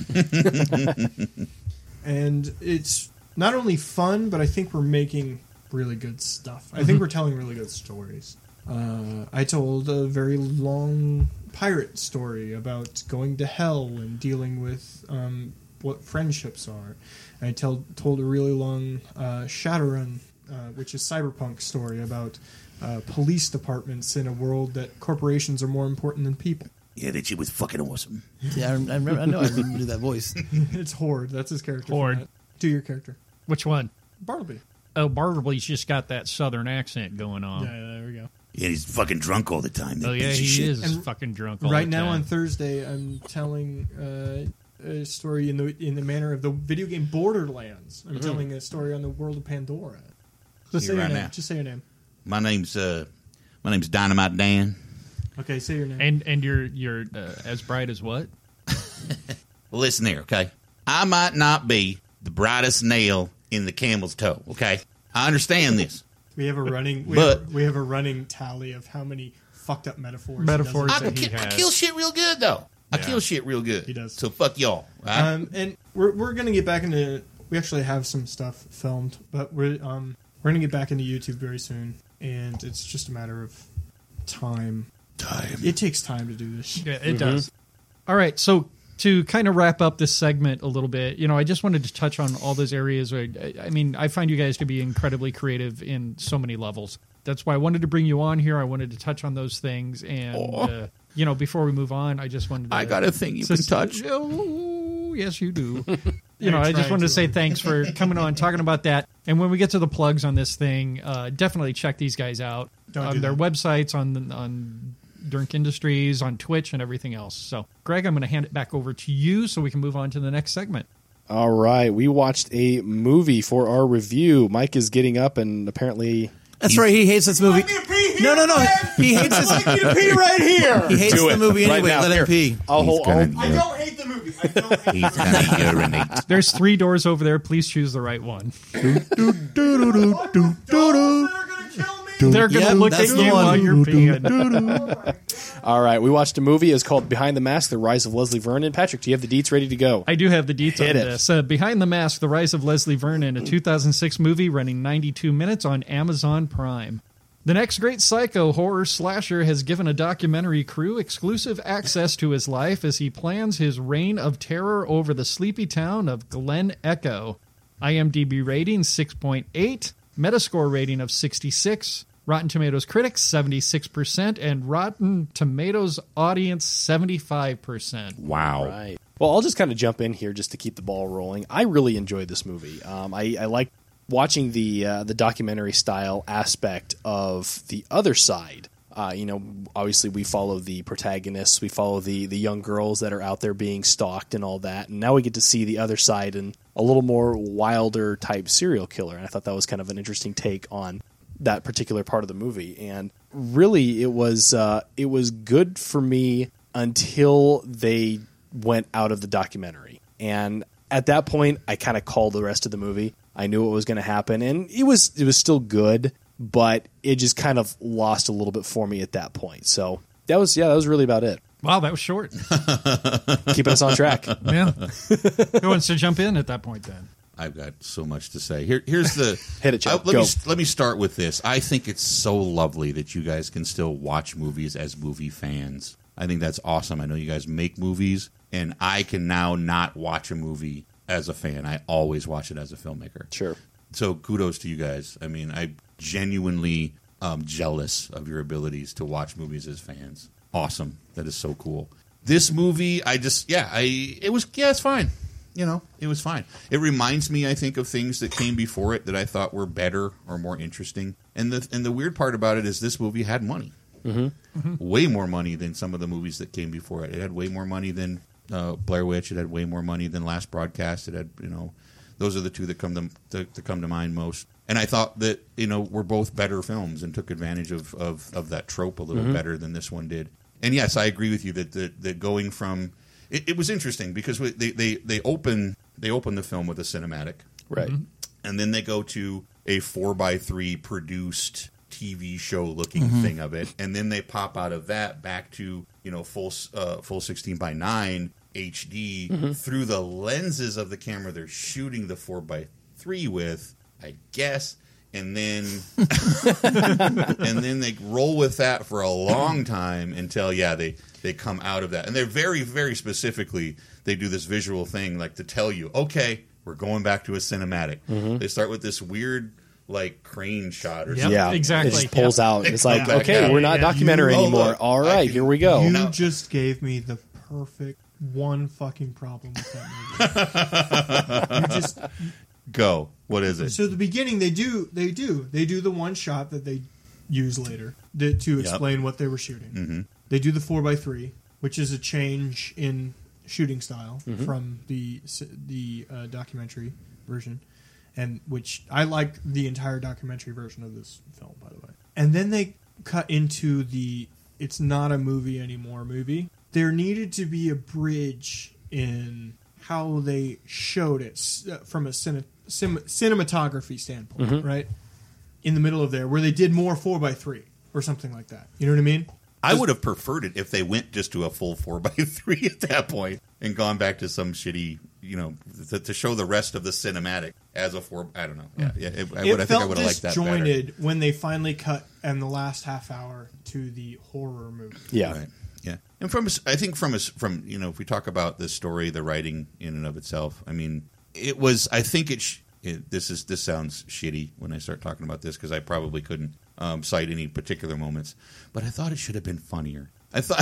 S6: and it's not only fun, but I think we're making really good stuff. I think we're telling really good stories. Uh, I told a very long pirate story about going to hell and dealing with um, what friendships are. I tell, told a really long uh, Shadowrun, uh, which is cyberpunk story about uh, police departments in a world that corporations are more important than people.
S7: Yeah, that shit was fucking awesome.
S3: Yeah, I, rem- I remember. I know I remember that voice.
S6: it's Horde. That's his character. from
S4: Horde.
S6: that. Do your character.
S4: Which one?
S6: Bartleby.
S4: Oh, Bartleby's just got that southern accent going on.
S6: there we go.
S7: Yeah, he's fucking drunk all the time. that
S4: Oh yeah,
S7: piece of
S4: he
S7: shit.
S4: is
S6: And
S4: fucking drunk all
S6: right
S4: the
S6: now
S4: time.
S6: on Thursday, I'm telling uh, a story in the in the manner of the video game Borderlands. I'm telling a story on the world of Pandora. Just say
S5: You're
S6: your
S5: Mm-hmm. right
S6: name.
S5: now.
S6: Just say your name.
S5: My name's uh my name's Dynamite Dan.
S6: Okay, say your name.
S4: and and you're you're uh, as bright as what?
S5: Well, listen here, okay? I might not be the brightest nail in the camel's toe, okay? I understand this.
S6: we have a running. We,
S5: But-
S6: have, we have a running tally of how many fucked up metaphors. he
S4: Metaphors.
S5: I,
S6: does.
S4: that
S5: can
S4: he
S5: ki- I
S4: has.
S5: kill shit real good, though. I kill shit real good.
S6: He does.
S5: So fuck y'all. all right?
S6: Um, and we're we're gonna get back into. We actually have some stuff filmed, but we're um we're gonna get back into YouTube very soon, and it's just a matter of time. Time. It takes time to do this. shit.
S4: Yeah, it does. All right, so to kind of wrap up this segment a little bit, you know, I just wanted to touch on all those areas. Where, I- I mean, I find you guys to be incredibly creative in so many levels. That's why I wanted to bring you on here. I wanted to touch on those things, and uh, you know, before we move on, I just wanted to
S5: I got a thing you
S4: Sus-
S5: can touch.
S4: Oh, yes, you do. you know,
S6: I
S4: I
S6: tried
S4: just wanted
S6: to.
S4: to say thanks for coming on, talking about that. And when we get to the plugs on this thing, uh, definitely check these guys out.
S6: Don't
S4: um,
S6: do
S4: their
S6: that.
S4: websites on on Drink Industries on Twitch and everything else. So, Greg, I'm going to hand it back over to you so we can move on to the next segment.
S2: All right, we watched a movie for our review. Mike is getting up and apparently
S3: That's right. He hates this movie. No, no, no. He hates this.
S6: I need to pee right here.
S3: He hates
S2: Do
S3: the
S2: it.
S3: movie
S2: Right
S3: anyway.
S2: now.
S3: Let him
S2: Here.
S3: pee.
S2: I'll
S7: He's
S2: hold. I'll-
S7: gonna,
S6: I don't hate the movie. I don't hate
S7: he's gonna urinate.
S4: There's three doors over there. Please choose the right one. They're going to
S3: Yep,
S4: look at
S3: that's the
S4: you
S3: one.
S4: while you're peeing.
S2: all right, we watched a movie. It's called Behind the Mask: The Rise of Leslie Vernon. Patrick, do you have the deets ready to go?
S4: I do have the details
S2: Hit
S4: on
S2: it.
S4: this. Uh, Behind the Mask: The Rise of Leslie Vernon, a 2006 movie running 92 minutes on Amazon Prime. The next great psycho horror slasher has given a documentary crew exclusive access to his life as he plans his reign of terror over the sleepy town of Glen Echo. IMDb rating 6.8, Metascore rating of 66, Rotten Tomatoes critics 76%, and Rotten Tomatoes audience 75%.
S7: Wow.
S2: Right. Well, I'll just kind of jump in here just to keep the ball rolling. I really enjoyed this movie. Um, I, I like watching the uh, the documentary style aspect of the other side. Uh, you know, obviously we follow the protagonists, we follow the the young girls that are out there being stalked and all that, and now we get to see the other side and a little more wilder type serial killer. And I thought that was kind of an interesting take on that particular part of the movie and really it was uh, it was good for me until they went out of the documentary and at that point I kind of called the rest of the movie I knew what was going to happen and it was it was still good but it just kind of lost a little bit for me at that point so that was yeah that was really about it
S4: Wow, that was short.
S2: keeping us on track
S4: Yeah. Who wants to jump in at that point then?
S5: I've got so much to say. Here, here's the
S2: Hit it, Joe.
S5: I- let
S2: Go.
S5: me let me start with this. I think it's so lovely that you guys can still watch movies as movie fans. I think that's awesome. I know you guys make movies, and I can now not watch a movie as a fan. I always watch it as a filmmaker.
S2: sure
S5: So kudos to you guys. I mean, I genuinely um, jealous of your abilities to watch movies as fans. Awesome. That is so cool. This movie, I just yeah, I it was yeah, it's fine. You know, it was fine. It reminds me, I think, of things that came before it that I thought were better or more interesting. And the and the weird part about it is this movie had money way more money than some of the movies that came before it. It had way more money than uh, Blair Witch. It had way more money than Last Broadcast. It had you know, those are the two that come to that, that come to mind most. And I thought that you know were both better films and took advantage of of, of that trope a little better than this one did. And yes, I agree with you that that, that going from it, it was interesting because we- they, they they open they open the film with a cinematic
S2: right
S5: and then they go to a four by three produced TV show looking thing of it, and then they pop out of that back to you know full s- uh, full sixteen by nine HD through the lenses of the camera they're shooting the four by three with, I guess, and then and then they roll with that for a long time until yeah they they come out of that and they're very very specifically they do this visual thing like to tell you okay we're going back to a cinematic they start with this weird like crane shot or
S4: Yep.
S5: something
S2: yeah
S4: Exactly.
S2: it just pulls
S4: Yep.
S2: out it's like
S5: Yeah.
S2: okay we're not
S4: Yeah.
S2: documentary
S5: You- oh,
S2: anymore
S5: look,
S2: all
S5: I
S2: right
S5: can-
S2: here we go
S6: You
S5: No.
S6: just gave me the perfect one fucking problem with that movie. you just
S5: go what is it
S6: so the beginning they do they do they do the one shot that they use later to, to explain what they were shooting. They do the four by three, which is a change in shooting style from the s- the uh, documentary version, and which I like the entire documentary version of this film, by the way. And then they cut into the it's not a movie anymore movie. There needed to be a bridge in how they showed it s- uh, from a cine, sim, cinematography standpoint, right? In the middle of there, where they did more four by three or something like that. You know what I mean?
S5: I would have preferred it if they went just to a full four by three at that point and gone back to some shitty, you know, to, to show the rest of the cinematic as a four. I don't know. Yeah, yeah. It, I, would, I think I would have liked that better.
S6: disjointed when they finally cut in the last half hour to the horror movie.
S2: yeah
S5: Right. Yeah. And from us- I think from us from you know if we talk about the story, the writing in and of itself, I mean, it was I think it, sh- it this is this sounds shitty when I start talking about this because I probably couldn't um, cite any particular moments, but I thought it should have been funnier. I thought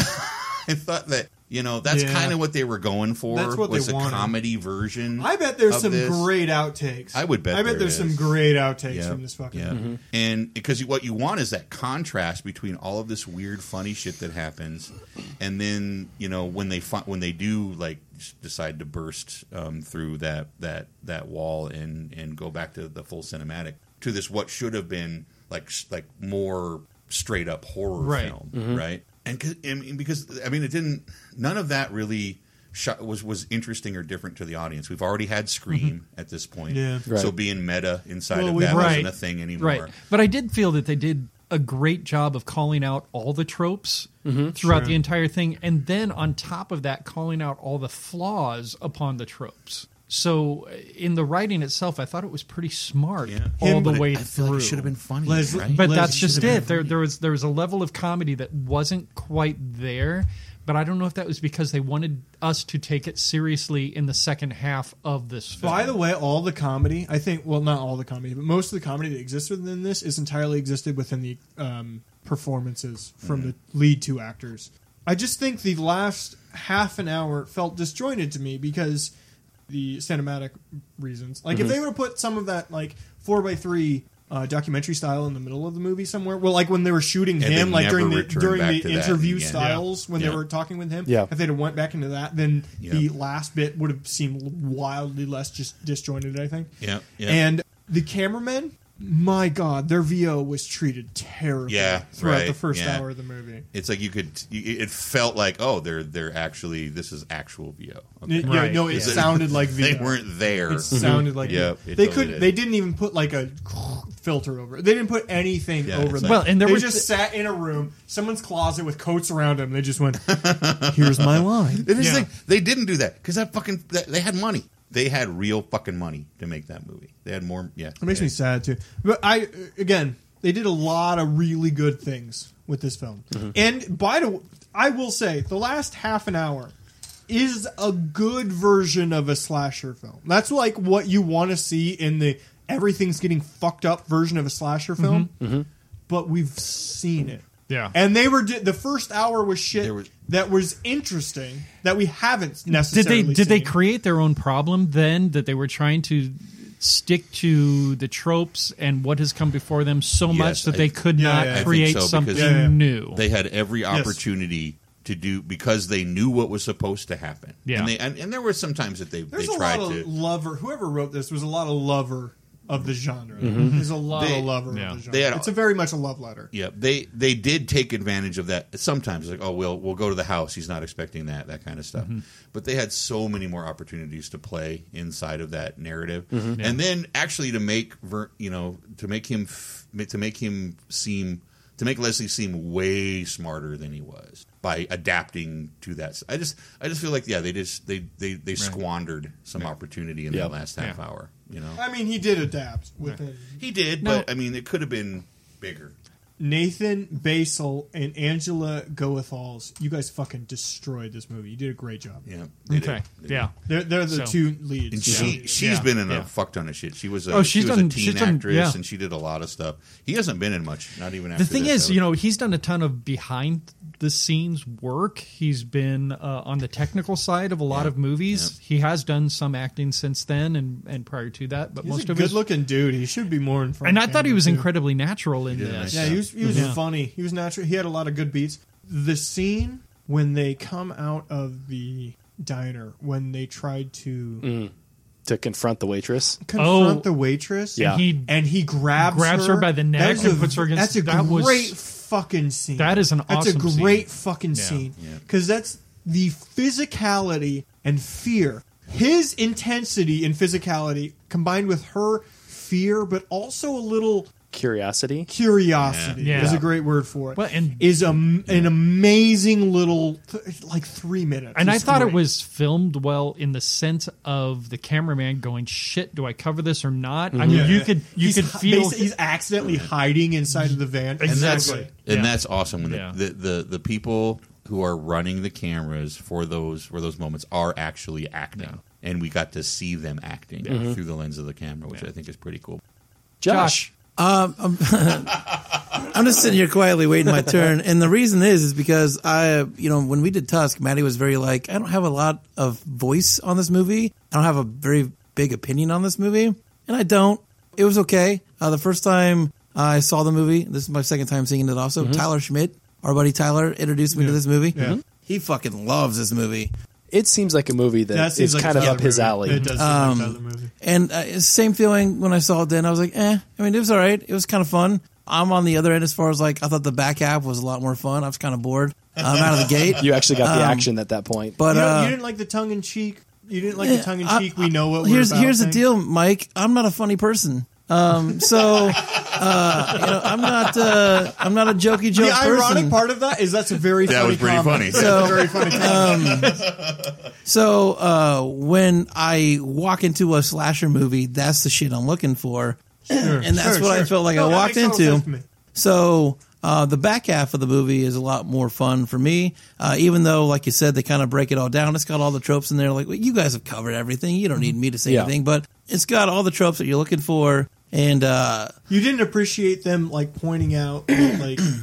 S5: I thought that You know, that's
S6: Yeah.
S5: kind of what they were going for.
S6: That's what they
S5: was a
S6: wanted.
S5: comedy version.
S6: I bet there's
S5: of
S6: some
S5: this.
S6: great outtakes.
S5: I would bet
S6: I bet
S5: there is.
S6: there's some great outtakes
S5: Yeah.
S6: from this fucking.
S5: Yeah.
S6: movie.
S5: And because you- what you want is that contrast between all of this weird, funny shit that happens, and then you know when they fi- when they do like s- decide to burst um, through that that that wall and and go back to the full cinematic to this what should have been like s- like more straight up horror
S4: Right.
S5: film, right? And 'cause- I mean, because I mean, it didn't. None of that really. sho- Was was interesting or different to the audience? We've already had Scream at this point,
S6: Mm-hmm. Yeah.
S5: so
S2: Right.
S5: being meta inside
S6: Well,
S5: of
S6: we-
S5: that
S4: right.
S5: wasn't a thing anymore.
S4: Right. But I did feel that they did a great job of calling out all the tropes throughout the entire thing. And then on top of that, calling out all the flaws upon the tropes. So uh, in the writing itself, I thought it was pretty smart all
S6: Him-
S4: the
S6: but
S4: way
S5: I feel
S4: through.
S5: like Oh, it should have been funny.
S6: Leslie-
S5: right?
S4: but
S6: Les-
S4: that's
S6: should
S4: just
S6: have
S4: it. There, there was there was a level of comedy that wasn't quite there. But I don't know if that was because they wanted us to take it seriously in the second half of this film.
S6: By the way, all the comedy, I think, well, not all the comedy, but most of the comedy that exists within this is entirely existed within the um, performances
S5: Mm.
S6: from the lead two actors. I just think the last half an hour felt disjointed to me because the cinematic reasons. Like, if
S5: Mm-hmm.
S6: they would have put some of that, like, 4x3 uh, documentary style in the middle of the movie somewhere, well, like when they were shooting
S5: And
S6: him,
S5: they
S6: like
S5: never
S6: during the,
S5: returned
S6: during
S5: back
S6: the
S5: to that
S6: interview
S5: again.
S6: styles when
S5: Yeah.
S6: they were talking with him,
S2: Yeah.
S6: if they'd have went back into that, then the
S5: Yeah.
S6: last bit would have seemed wildly less just disjointed, I think.
S5: Yeah, yeah.
S6: And the cameramen, my God, their VO was treated terribly
S5: Yeah,
S6: throughout
S5: right,
S6: the first
S5: yeah.
S6: hour of the movie.
S5: it's like you could. you- It felt like oh, they're they're actually this is actual VO. Okay.
S6: It- yeah,
S4: Right.
S6: no, it
S5: Is it-
S6: sounded like VO.
S5: They weren't there.
S6: It sounded like
S5: Yeah,
S6: VO.
S5: it
S6: they
S5: totally
S6: couldn't.
S5: did.
S6: They didn't even put like a filter over it. They didn't put anything
S5: Yeah,
S6: over
S5: it's like-
S6: them.
S4: Well, and there
S6: they
S4: were
S6: just sat in a room, someone's closet with coats around them. They just went, "Here's my line."
S5: And here's the
S4: Yeah.
S5: thing, they didn't do that because that fucking that, they had money. They had real fucking money to make that movie. They had more. Yeah,
S6: It makes
S5: yeah.
S6: me sad too. But I again, they did a lot of really good things with this film. And by the I will say the last half an hour is a good version of a slasher film. That's like what you want to see in the everything's getting fucked up version of a slasher
S4: Mm-hmm.
S6: film. But we've seen it.
S4: Yeah.
S6: And they were di- the first hour was shit
S5: There was-
S6: that was interesting that we haven't
S4: did
S6: necessarily
S4: they did they
S6: seen.
S4: create their own problem then that they were trying to stick to the tropes and what has come before them so much
S5: Yes,
S4: that
S5: I-
S4: they could
S6: Yeah,
S4: not
S6: yeah. I think
S4: create
S5: so, because-
S4: something
S6: Yeah, yeah.
S4: new
S5: They had every opportunity to do because they knew what was supposed to happen.
S4: Yeah.
S5: and, they, and, and there were some times that they
S6: There's
S5: they
S6: a
S5: tried
S6: lot of
S5: to.
S6: lover. Whoever wrote this was a lot of lover of the genre. There's a lot
S5: They-
S6: of lover
S4: Mm-hmm. Yeah.
S6: of the genre.
S5: They had-
S6: it's a very much a love letter.
S5: Yeah, they they did take advantage of that sometimes. Like, oh, we'll we'll go to the house. He's not expecting that that kind of stuff. But they had so many more opportunities to play inside of that narrative, and then actually to make Ver, you know to make him f- to make him seem to make Leslie seem way smarter than he was by adapting to that. I just I just feel like yeah they just they they they squandered some opportunity in
S2: Yeah.
S5: that last half
S4: Yeah.
S5: hour. You know
S6: I mean, he did adapt within
S5: he did,
S4: No.
S5: but I mean it could have been bigger.
S6: Nathan Basil and Angela Goethals. You guys fucking destroyed this movie. You did a great job.
S5: Yeah. they did.
S4: okay
S5: They did.
S4: yeah
S6: They're, they're
S4: So-
S6: the two leads.
S5: And
S6: Yeah.
S5: she she's
S4: Yeah.
S5: been in a
S4: Yeah.
S5: fuck ton of shit. She was a,
S4: Oh,
S5: she
S4: she's
S5: was a
S4: done-
S5: teen
S4: she's done-
S5: actress,
S4: yeah.
S5: and she did a lot of stuff. He hasn't been in much, not even after
S4: the thing
S5: this,
S4: is
S5: though.
S4: you know he's done a ton of behind the scenes work he's been uh, on the technical side of a lot of movies he has done some acting since then and and prior to that but
S6: He's
S4: most
S6: a
S4: of
S6: good
S4: his
S6: looking dude. He should be more in front.
S4: and
S6: of
S4: i thought he
S6: camera,
S4: was
S6: too.
S4: incredibly natural in
S5: did a
S4: this
S5: nice
S6: Yeah, he was he was
S4: Yeah.
S6: funny. He was natural. He had a lot of good beats. The scene when they come out of the diner when they tried to
S2: to confront the waitress.
S4: Oh.
S6: confront the waitress.
S2: Yeah.
S4: he
S6: and he grabs
S4: Grabs her by the neck
S6: That is
S4: and puts her against-
S6: That's a
S4: that was-
S6: great fucking scene.
S4: that is an
S6: that's a
S4: awesome scene.
S6: great fucking
S4: Yeah.
S6: scene
S5: Yeah.
S6: because that's the physicality and fear. His intensity and physicality combined with her fear, but also a little
S2: Curiosity.
S6: curiosity
S4: Yeah.
S6: is
S4: Yeah.
S6: a great word for it.
S4: Well, and-
S6: is a, an amazing little th- like three minutes.
S4: And I
S6: It's
S4: thought
S6: great.
S4: it was filmed well in the sense of the cameraman going, "Shit, do I cover this or not?" I mean,
S6: Mm-hmm. Yeah.
S4: you could you
S6: He's
S4: could
S6: hi-
S4: feel
S6: basi- he's accidentally hiding inside of the van.
S5: and that's
S4: Exactly.
S5: and
S4: Yeah.
S5: that's awesome when the-
S4: Yeah.
S5: the, the the people who are running the cameras for those for those moments are actually acting,
S4: Mm-hmm.
S5: and we got to see them acting through the lens of the camera, which I think is pretty cool.
S2: Josh.
S4: Josh.
S3: I'm just sitting here quietly waiting my turn, and the reason is is because I, you know, when we did Tusk, Maddie was very like, I don't have a lot of voice on this movie. I don't have a very big opinion on this movie, and I don't. It was okay. Uh, the first time I saw the movie, this is my second time seeing it. Also, Tyler Schmidt, our buddy Tyler, introduced me to this movie. He fucking loves this movie.
S8: It seems like a movie that,
S6: That seems
S8: is
S6: like
S8: kind of
S6: another
S8: up his
S6: movie.
S8: alley.
S6: It does seem
S3: Um,
S6: like another movie.
S3: And uh, same feeling when I saw it then. I was like, eh. I mean, it was all right. It was kind of fun. I'm on the other end as far as like, I thought the back half was a lot more fun. I was kind of bored. I'm out of the gate.
S8: You actually got the action at that point.
S3: But
S6: you, know,
S3: uh,
S6: you didn't like the tongue in cheek. You didn't like the tongue in cheek. We know what.
S3: here's
S6: we're about eh?
S3: here's the
S6: thing.
S3: deal, Mike. I'm not a funny person. Um, so uh, you know, I'm not uh, I'm not a jokey joke
S6: The ironic
S3: person.
S6: part of that is that's a very
S5: That
S6: funny
S5: was pretty
S6: comment.
S5: funny.
S3: So-
S6: very funny. comment.
S3: So uh, when I walk into a slasher movie, that's the shit I'm looking for, and that's
S6: sure,
S3: what I
S6: sure.
S3: felt like
S6: No,
S3: I
S6: that
S3: walked
S6: makes total sense to me.
S3: into. So uh, the back half of the movie is a lot more fun for me, uh, even though, like you said, they kind of break it all down. It's got all the tropes in there. Like well, you guys have covered everything. You don't need
S6: Mm-hmm.
S3: me to say
S8: Yeah.
S3: anything, but it's got all the tropes that you're looking for. And uh,
S6: You didn't appreciate them like pointing out that, like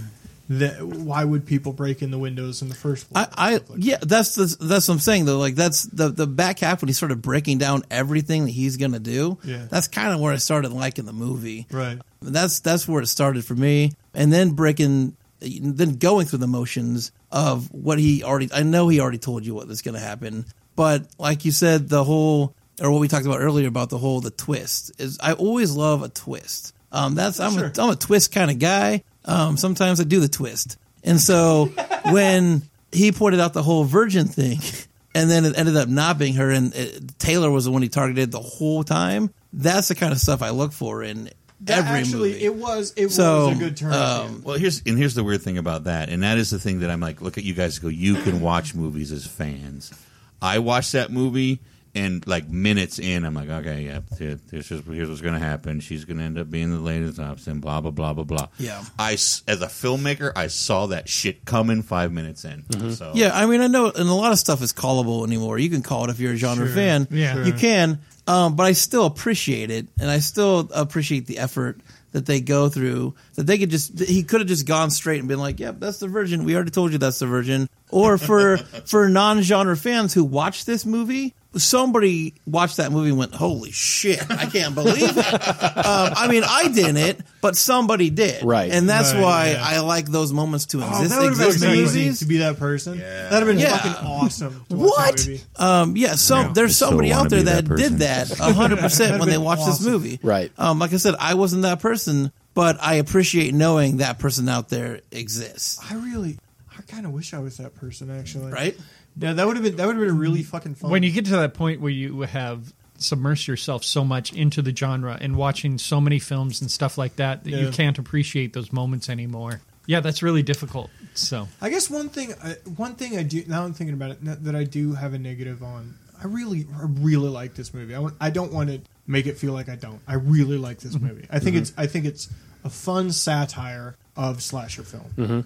S6: that. Why would people break in the windows in the first place?
S3: I, I yeah, that's the, that's what I'm saying though. Like that's the the back half when he's sort of breaking down everything that he's gonna do.
S6: Yeah.
S3: that's kind of where I started liking the movie.
S6: right.
S3: That's that's where it started for me, and then breaking, then going through the motions of what he already. I know he already told you what was gonna happen, but like you said, the whole or what we talked about earlier about the whole the twist is. I always love a twist. Um, that's I'm a, I'm a twist kind of guy. Um, sometimes I do the twist. And so when he pointed out the whole virgin thing, and then it ended up not being her, and it, Taylor was the one he targeted the whole time. That's the kind of stuff I look for in
S6: That
S3: every
S6: actually,
S3: movie.
S6: it was it
S3: So, um,
S6: was a good turn. at the end.
S5: Well, here's and here's the weird thing about that, and that is the thing that I'm like, look at you guys go. You can watch movies as fans. I watched that movie, and like minutes in, I'm like, okay, yeah, th- this is here's what's gonna happen. She's gonna end up being the latest option. Blah blah blah blah blah.
S3: Yeah.
S5: I s- as a filmmaker, I saw that shit coming five minutes in.
S4: Mm-hmm.
S5: So
S3: yeah, I mean, I know, and a lot of stuff is callable anymore. You can call it if you're a genre fan.
S4: Yeah. Sure.
S3: you can. Um, but I still appreciate it, and I still appreciate the effort that they go through. That they could just, he could have just gone straight and been like, "Yep, that's the Virgin. We already told you that's the Virgin." Or for for non-genre fans who watch this movie, somebody watched that movie and went, "Holy shit, I can't believe it." um, I mean, I didn't, but somebody did,
S8: Right.
S3: And that's
S6: Right,
S3: why
S6: yeah.
S3: I like those moments to
S6: Oh,
S3: exist.
S6: that would have
S3: exist in
S6: been amazing
S3: movies.
S6: to be that person. That would have been
S3: Yeah.
S6: fucking awesome. to watch that
S3: What?
S6: movie.
S3: Um, yeah, so there's
S5: still
S3: somebody
S5: wanna
S3: out there
S5: be
S3: that,
S5: that person.
S3: did that 100% when they watched this
S6: Awesome.
S3: movie.
S8: Right.
S3: Um, like I said, I wasn't that person, but I appreciate knowing that person out there exists.
S6: I really, I kind of wish I was that person actually.
S3: Right?
S6: Yeah, that would have been that would have been really fucking fun.
S4: when you get to that point where you have submersed yourself so much into the genre and watching so many films and stuff like that that
S6: Yeah.
S4: you can't appreciate those moments anymore. Yeah, that's really difficult. So
S6: I guess one thing, I, one thing I do now I'm thinking about it n- that I do have a negative on. I really, I really like this movie. I w- I don't want to make it feel like I don't. I really like
S5: Mm-hmm.
S6: this movie. I think it's I think it's a fun satire of slasher film.
S5: Mm-hmm.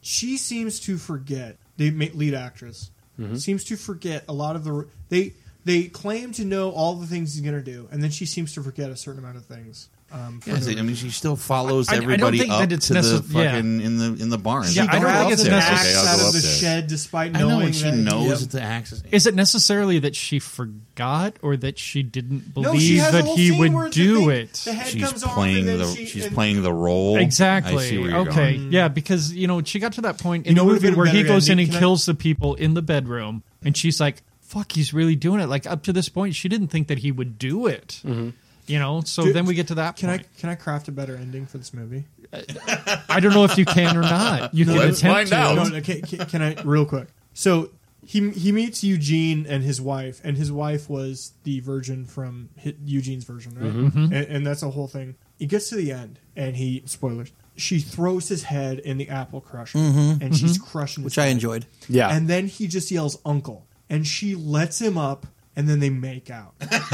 S6: She seems to forget the ma- lead actress
S5: Mm-hmm.
S6: seems to forget a lot of the they they claim to know all the things he's gonna do, and then she seems to forget a certain amount of things. Um, for
S5: Yeah,
S6: no
S5: I mean, she still follows
S4: I- I don't
S5: everybody
S4: think
S5: up
S4: that it's
S5: to the
S4: necess- yeah.
S5: fucking in the in the barn.
S4: Yeah, I don't
S5: I'll
S4: think
S5: get
S4: it's
S5: there.
S4: necess-
S5: Okay, I'll
S6: out
S5: go
S6: of
S5: up
S6: the
S5: there.
S6: shed despite
S5: I know,
S6: knowing
S5: and she
S6: that
S5: knows
S6: Yep.
S5: it's the access.
S4: Is it necessarily that she forgot or that she didn't
S6: No,
S4: believe
S6: she has a
S4: that
S6: whole
S4: he
S6: scene where
S4: would
S6: the
S4: do
S6: thing-
S4: it?
S6: The head
S5: she's
S6: comes
S5: playing
S6: on and
S5: the
S6: then she,
S5: she's
S6: and-
S5: playing the role.
S4: Exactly.
S5: I see where you're
S4: okay.
S5: going.
S4: Yeah, because you know she got to that point in
S6: You know
S4: the
S6: what would've
S4: movie
S6: been
S4: where he
S6: better
S4: goes in
S6: ending?
S4: and
S6: Can I-
S4: kills the people in the bedroom, and she's like, "Fuck, he's really doing it." Like up to this point, she didn't think that he would do it. You know. So
S6: Do-
S4: then we get to that
S6: Can I
S4: point.
S6: can I craft a better ending for this movie?
S4: I don't know if you can or not. You can
S5: Let's
S4: attempt
S5: find
S4: to.
S5: out.
S6: No, no, can, can, can I real quick? So he he meets Eugene and his wife, and his wife was the virgin from hi- Eugene's version, right? And, and that's a whole thing. He gets to the end, and he spoilers. She throws his head in the apple crusher, and
S5: Mm-hmm.
S6: she's crushing, his
S3: Which I
S6: head.
S3: enjoyed.
S8: Yeah.
S6: And then he just yells uncle. And she lets him up and then they make out.
S3: Yeah,
S8: that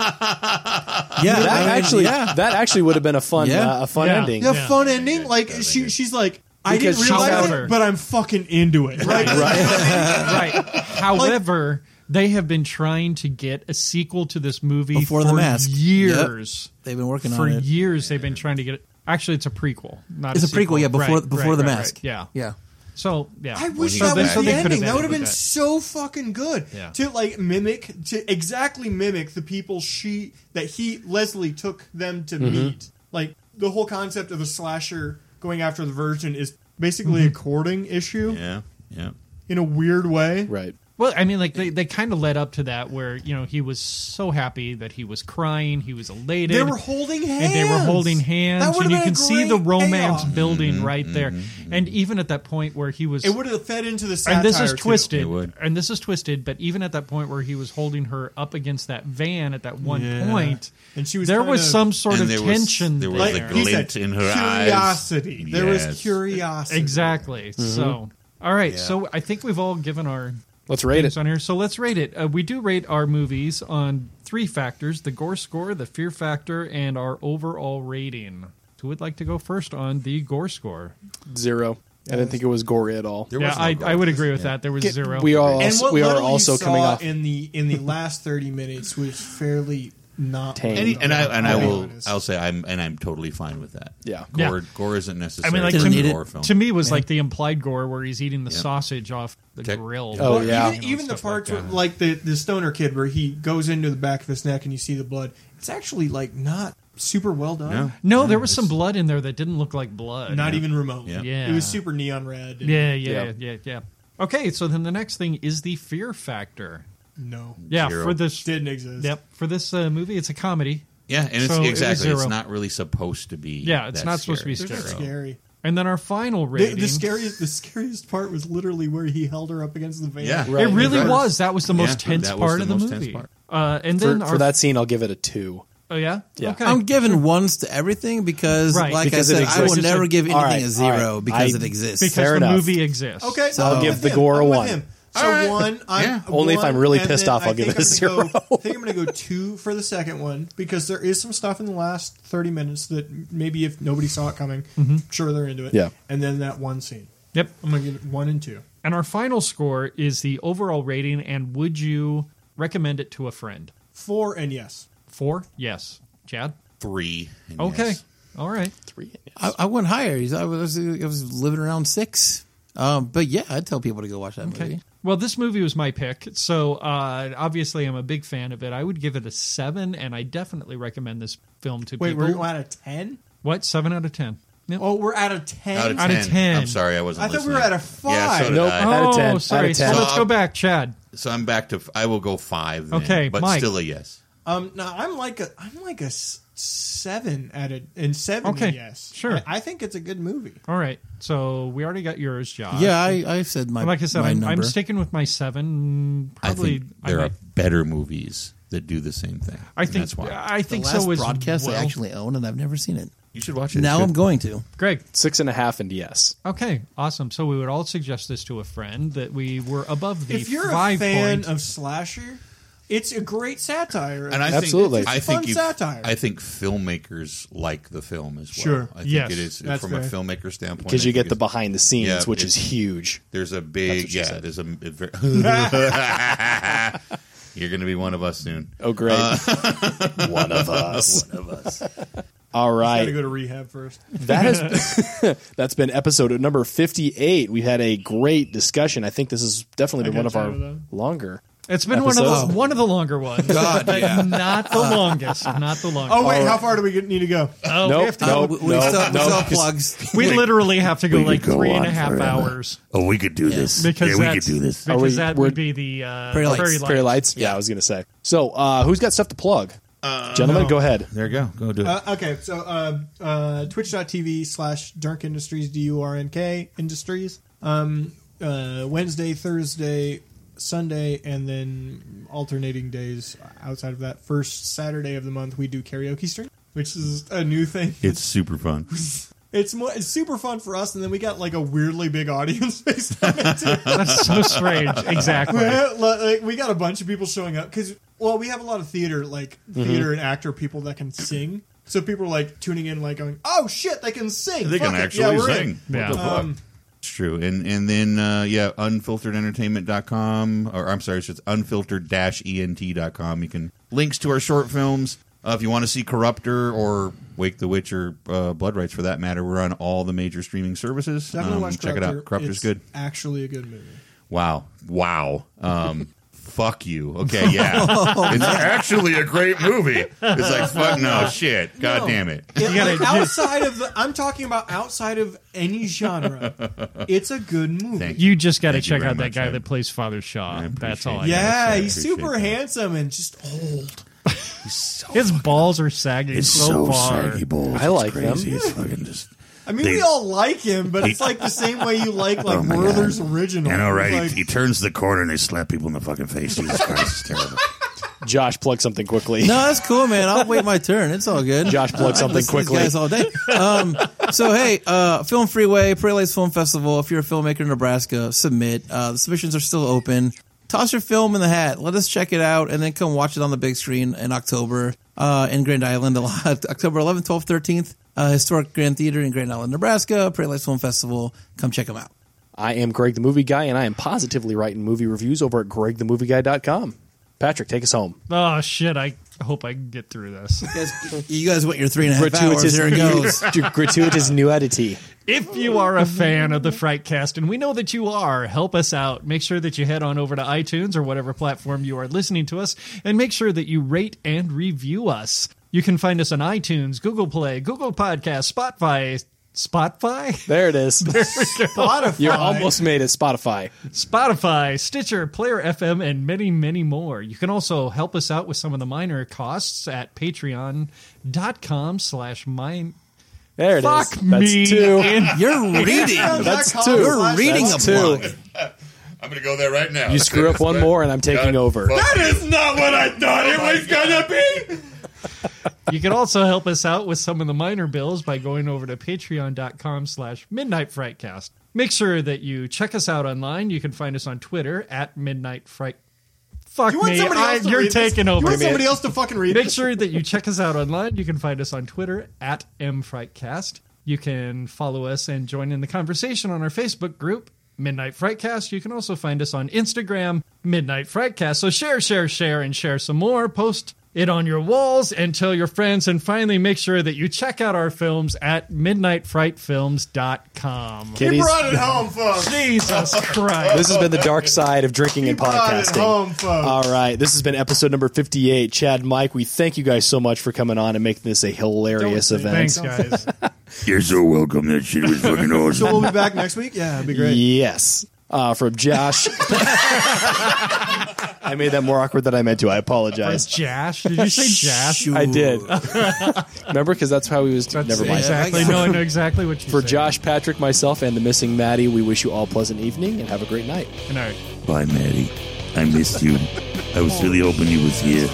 S3: I mean,
S8: actually
S3: yeah.
S8: that actually would have been a fun
S3: Yeah.
S8: uh, a fun
S4: Yeah.
S8: ending.
S6: The
S4: Yeah.
S6: fun ending, like she she's like, I
S8: Because
S6: didn't
S8: she's
S6: realize
S4: over.
S6: it, but I'm fucking into it. Right.
S4: Right. However, They have been trying to get a sequel to this movie
S3: Before
S4: for
S3: the Mask.
S4: years.
S3: They've been working
S4: for
S3: on it.
S4: years. They've been trying to get it. Actually, it's a prequel. Not
S3: It's a
S4: sequel.
S3: prequel, yeah. Before
S4: Right,
S3: before
S4: right,
S3: the
S4: right,
S3: mask.
S4: right. Yeah.
S3: yeah.
S4: So yeah,
S6: I wish
S5: Well,
S6: that was
S5: so
S6: the
S5: they-
S4: they could've
S6: ending. That
S4: ended
S6: would have
S4: with
S6: been
S4: that.
S6: so fucking good
S4: Yeah.
S6: to like mimic to exactly mimic the people she that he Leslie took them to meet. Like the whole concept of a slasher going after the virgin is basically a courting issue
S5: Yeah, yeah.
S6: in a weird way.
S8: Right.
S4: Well, I mean, like they, they kind of led up to that where you know he was so happy that he was crying, he was elated.
S6: They were holding hands.
S4: and they were holding
S6: That
S4: hands,
S6: would've
S4: and you
S6: been a
S4: can see the
S6: great
S4: romance
S6: payoff.
S4: building
S5: Mm-hmm,
S4: right there. And even at that point where he was,
S6: It would have fed into the satire.
S4: and this is
S6: too.
S4: twisted,
S5: It would.
S4: and this is twisted. But even at that point where he was holding her up against that van at that one
S6: Yeah.
S4: point,
S6: And she was
S4: there
S6: trying
S4: was
S6: to-
S4: some sort
S5: And
S4: of
S5: there was-
S4: tension
S5: there was
S4: there.
S5: a
S6: Like he said,
S5: glint in her eyes.
S6: curiosity. There was
S5: Yes.
S6: curiosity.
S4: exactly. So,
S6: Mm-hmm.
S4: all right. So I think we've all given our
S8: Let's rate it.
S4: things on here. So let's rate it. Uh, we do rate our movies on three factors: the gore score, the fear factor, and our overall rating. Who would like to go first on the gore score?
S8: Zero. I didn't think it was gory at all.
S5: There
S4: yeah,
S5: was no
S4: I,
S5: gore.
S4: I would agree with that. There was zero.
S8: We are
S6: And
S8: also,
S6: what
S8: we are
S6: little you
S8: also
S6: saw
S8: coming off.
S6: in the in the last thirty minutes was fairly not.
S8: Tame.
S5: And, he- and I and I
S6: I'll be
S5: will
S6: honest.
S5: I'll say I'm and I'm totally fine with that.
S8: Yeah.
S5: gore
S4: Yeah.
S5: gore isn't
S4: I
S5: necessary.
S4: mean, like
S5: for
S4: to
S5: a
S4: me,
S5: gore film.
S4: to me was like the implied gore where he's eating the
S5: Yeah.
S4: sausage off the
S5: Tech-
S4: grill.
S8: Oh,
S6: Well,
S8: yeah.
S6: even,
S4: You know,
S6: even the
S4: stuff like
S6: parts
S4: that.
S6: where, like the the stoner kid where he goes into the back of his neck and you see the blood. It's actually like not super well done.
S5: no,
S4: No, there was some blood in there that didn't look like blood.
S6: Not even remotely.
S5: Yeah.
S4: Yeah.
S6: It was super neon red. and
S4: Yeah, yeah,
S8: Yeah.
S4: yeah, yeah, Okay, so then the next thing is the fear factor.
S6: No.
S4: Yeah,
S5: Zero.
S4: for this.
S6: Didn't exist.
S4: Yep, for this uh, movie, it's a comedy.
S5: yeah, and it's
S4: So it was
S5: exactly. it's
S4: zero.
S5: not really supposed to be.
S4: Yeah, it's
S5: that
S4: not supposed to be
S5: scary.
S6: They're not
S4: Zero.
S6: scary.
S4: And then our final
S6: The,
S4: rating.
S6: the scariest the scariest part was literally where he held her up against the van.
S5: Yeah,
S4: It really
S5: Right.
S4: was. That was the most
S5: Yeah,
S4: tense
S5: that was
S4: part
S5: the
S4: of the
S5: most tense
S4: movie.
S5: part.
S4: Uh, and
S8: For,
S4: then our,
S8: for that scene, I'll give it a two.
S4: Oh yeah.
S8: Yeah.
S4: Okay.
S3: I'm giving ones to everything because,
S4: Right.
S3: like
S8: Because it
S3: I said, I
S8: exists.
S3: will never give anything
S8: All right,
S3: a zero
S8: all right.
S3: because
S8: I-
S3: it exists.
S4: because
S8: Fair
S4: the
S8: enough.
S4: movie exists.
S6: Okay,
S8: So I'll
S6: I'm
S8: give
S6: with
S8: the
S6: him.
S8: gore a
S6: I'm with
S8: one.
S6: him. So
S5: All right.
S6: one, I'm
S5: Yeah.
S8: Only if
S6: one,
S8: I'm really
S6: and
S8: pissed
S6: then
S8: off,
S6: I
S8: I'll give
S6: think
S8: it
S6: I'm gonna
S8: a
S6: go-
S8: zero.
S6: I think I'm going to go two for the second one because there is some stuff in the last thirty minutes that maybe if nobody saw it coming, I'm sure they're into it.
S8: Yeah.
S6: and then that one scene,
S4: Yep.
S6: I'm going to give it one and two.
S4: And our final score is the overall rating. And would you recommend it to a friend?
S6: Four and yes,
S4: Four. Yes. Chad.
S5: Three. and
S4: Okay.
S5: yes.
S4: All right.
S8: Three.
S3: I, I went higher. I was, I was living around six. Um, but yeah, I'd tell people to go watch that movie.
S4: Well, this movie was my pick, so uh, obviously I'm a big fan of it. I would give it a seven, and I definitely recommend this film to
S6: wait,
S4: people.
S6: we're out of ten.
S4: what? Seven out of ten. Yep.
S6: Oh, we're out of ten.
S5: Out of,
S4: Out
S5: 10.
S4: of 10.
S5: I'm sorry, I wasn't.
S6: I thought we
S5: listening.
S6: were at a
S5: Yeah, so
S6: five.
S5: did
S8: Nope.
S5: I.
S8: Huh? Out of 10, out
S4: Oh,
S8: of 10.
S4: sorry. So let's go back, Chad.
S5: So I'm back to. I will go five. Then,
S4: Okay,
S5: but
S4: Mike.
S5: still a yes.
S6: Um, no, I'm like a, I'm like a s- seven at a, and seven.
S4: Okay,
S6: yes,
S4: sure.
S6: I, I think it's a good movie.
S4: All right. So we already got yours, Josh.
S3: Yeah, I, I said my.
S4: And like I said,
S3: my
S4: I'm, I'm
S3: number.
S4: sticking with my seven. Probably.
S5: I think
S4: I,
S5: there are
S4: might-
S5: better movies that do the same thing.
S4: I
S5: and
S4: think.
S5: that's why
S4: I
S3: The
S4: think
S3: last
S4: so. Is
S3: broadcast
S4: well.
S3: I actually own, and I've never seen it.
S5: you should watch it. It's
S3: Now
S5: good.
S3: I'm going to.
S4: Greg.
S8: Six and a half and yes.
S4: Okay. Awesome. So we would all suggest this to a friend that we were above the
S6: if you're
S4: five
S6: a fan
S4: point.
S6: of slasher, it's a great satire.
S5: And I
S8: Absolutely.
S5: think I
S6: It's
S5: think
S6: fun
S5: you-
S6: satire.
S5: I think filmmakers like the film as well.
S6: Sure.
S5: I think
S4: Yes,
S5: it is
S6: that's
S5: from a
S6: fair.
S5: filmmaker standpoint
S8: Because
S5: I
S8: you
S5: think
S8: get the
S5: it's-
S8: behind the scenes,
S5: Yeah,
S8: which is
S5: it's-
S8: huge.
S5: There's a
S8: That's
S5: big
S8: what she
S5: yeah.
S8: said.
S5: There's a, a ver- you're going to be one of us soon.
S8: Oh, great. One of us.
S5: One of us.
S8: All
S6: Got
S8: right.
S6: to go to rehab first.
S8: that has that's been episode number 58 we had a great discussion i think this has definitely been
S6: I
S8: one
S6: got
S8: of our
S6: tired of
S8: longer
S4: it's been one of the
S8: episodes.
S4: one of the longer ones.
S3: God,
S4: but
S3: yeah.
S4: not the longest. Not the longest.
S6: Oh wait,
S8: All
S6: how
S8: right.
S6: far do we get, need to go?
S4: Oh, we,
S8: nope,
S4: have to,
S3: Uh,
S8: nope,
S3: we, we
S8: nope,
S3: still,
S8: nope.
S3: we still have plugs.
S4: we literally have to go
S7: We could
S4: like
S7: go
S4: three and a
S7: on
S4: half
S7: forever.
S4: hours
S7: Oh, we could do this.
S4: because
S7: yeah, we
S4: that's,
S7: could do this.
S4: because
S8: Are we-
S4: that
S8: we're-
S4: would be the uh,
S3: Prairie Lights.
S8: prairie lights yeah. i was gonna say so uh who's got stuff to plug gentlemen go ahead
S5: There you go. Go do it.
S6: Uh, okay, so uh, uh, twitch.tv slash Dunk Industries, D U R N K Industries. Um, uh, Wednesday, Thursday, Sunday, and then alternating days outside of that. First Saturday of the month, we do karaoke stream, which is a new thing.
S5: it's super fun.
S6: It's more, it's super fun for us, and then we got like a weirdly big audience based on it. too.
S4: That's so strange. Exactly.
S6: Well, like, we got a bunch of people showing up because well, we have a lot of theater, like
S5: Mm-hmm.
S6: theater and actor people that can sing. So people are like tuning in, like going, "Oh shit, they can sing!
S5: They
S6: Fuck
S5: can
S6: it.
S5: actually
S6: yeah, we're
S5: sing.
S6: in."
S4: Yeah.
S5: What the fuck?
S6: Um,
S5: It's true. And and then uh, yeah, unfilteredentertainment.com or I'm sorry, it's just E unfiltered-ent.com. You can links to our short films. Uh, if you want to see Corruptor or Wake the Witch or uh, Blood Rights for that matter, we're on all the major streaming services.
S6: Definitely
S5: Um,
S6: watch
S5: check it out.
S6: Corruptor.
S5: Corruptor's
S6: It's
S5: good.
S6: Actually, a good movie.
S5: Wow. Wow. Um, fuck you. Okay, yeah.
S6: Oh,
S5: it's actually a great movie. It's like, fuck no, shit. God damn it.
S6: Like, outside of the, I'm talking about outside of any genre. It's a good movie.
S5: Thank
S4: You just got to
S5: Thank you
S4: check
S5: very
S4: out
S5: much.
S4: that guy
S5: I-
S4: that plays Father Shaw. That's all. I
S5: appreciate
S4: got.
S6: Yeah,
S5: I
S6: he's
S5: appreciate
S6: super
S5: that.
S6: handsome and just old.
S4: His balls are sagging
S7: It's
S4: so,
S7: so,
S4: far.
S7: saggy balls.
S2: I like
S7: it's crazy. It's fucking just.
S6: I mean,
S7: They-
S6: we all like him, but it's like the same way you like like
S7: Oh my
S6: Werther's
S7: God.
S6: original.
S7: And all right,
S6: Like,
S7: he, he turns the corner and they slap people in the fucking face. Jesus Christ, it's terrible.
S2: Josh, plug something quickly.
S3: No, that's cool, man. I'll wait my turn. It's all good.
S2: Josh, plug
S3: I
S2: something
S3: listen to these
S2: quickly.
S3: guys all day. Um, so hey, uh, Film Freeway, Prairie Lakes Film Festival. If you're a filmmaker in Nebraska, submit. Uh, the submissions are still open. Toss your film in the hat. Let us check it out, and then come watch it on the big screen in October uh, in Grand Island a lot. October 11th, 12th, 13th. Uh, historic Grand Theater in Grand Island, Nebraska. Prairie Lakes Film Festival. Come check them out.
S2: I am Greg the Movie Guy, and I am positively writing movie reviews over at gregthemovieguy.com. Patrick, take us home.
S4: Oh shit! I hope I can get through this.
S3: You guys, you guys went your three and a half hours. There it goes.
S2: gratuitous nudity.
S4: If you are a fan of the Frightcast, and we know that you are, help us out. Make sure that you head on over to iTunes or whatever platform you are listening to us, and make sure that you rate and review us. You can find us on iTunes, Google Play, Google Podcast, Spotify, Spotify,
S2: There it is.
S6: Spotify.
S2: You almost made it. Spotify.
S4: Spotify, Stitcher, Player FM, and many, many more. You can also help us out with some of the minor costs at patreon.com slash mine.
S2: There it is.
S4: Fuck
S2: That's
S4: me
S2: two.
S4: in
S3: You're reading.
S2: That's
S6: Dot com
S2: two.
S3: You're
S6: slash
S3: reading
S2: That's
S3: a
S2: two.
S3: blog.
S5: I'm going to go there right now.
S2: You screw up one more, and I'm taking over.
S5: That is
S6: not what I thought it
S5: Oh
S6: was gonna be.
S4: You can also help us out with some of the minor bills by going over to patreon.com slash midnight frightcast. Make sure that you check us out online. You can find us on Twitter at midnight fright. Fuck
S6: You want
S4: me.
S6: somebody
S4: I-
S6: else? to
S4: you're
S6: read this?
S4: taking
S6: You
S4: over.
S6: want
S4: man.
S6: somebody else to fucking read?
S4: Make
S6: this?
S4: sure that you check us out online. You can find us on Twitter at mfrightcast. You can follow us and join in the conversation on our Facebook group, Midnight Frightcast. You can also find us on Instagram, Midnight Frightcast. So share, share, share, and share some more. Post it on your walls and tell your friends. And finally, make sure that you check out our films at midnightfrightfilms.com.
S6: You
S2: Kitties.
S6: brought it home, folks.
S4: Jesus Christ.
S2: This has been the dark side of drinking and
S6: brought it
S2: podcasting.
S6: home, folks.
S2: All right. This has been episode number 58. Chad, Mike, we thank you guys so much for coming on and making this a hilarious event.
S4: Thanks, guys.
S7: You're so welcome. That shit was fucking awesome.
S6: So we'll be back next week. Yeah, it'd be great.
S2: Yes. Uh, from Josh. I made that more awkward than I meant to. I apologize.
S4: Jash? Did you say Jash?
S2: I did. Remember? Because that's how he was.
S4: That's
S2: never mind.
S4: Exactly. No, I know exactly what you
S2: For
S4: said.
S2: Josh, Patrick, myself, and the missing Maddie, we wish you all a pleasant evening and have a great night.
S4: Good night.
S7: Bye, Maddie. I missed you. I was really hoping you was here.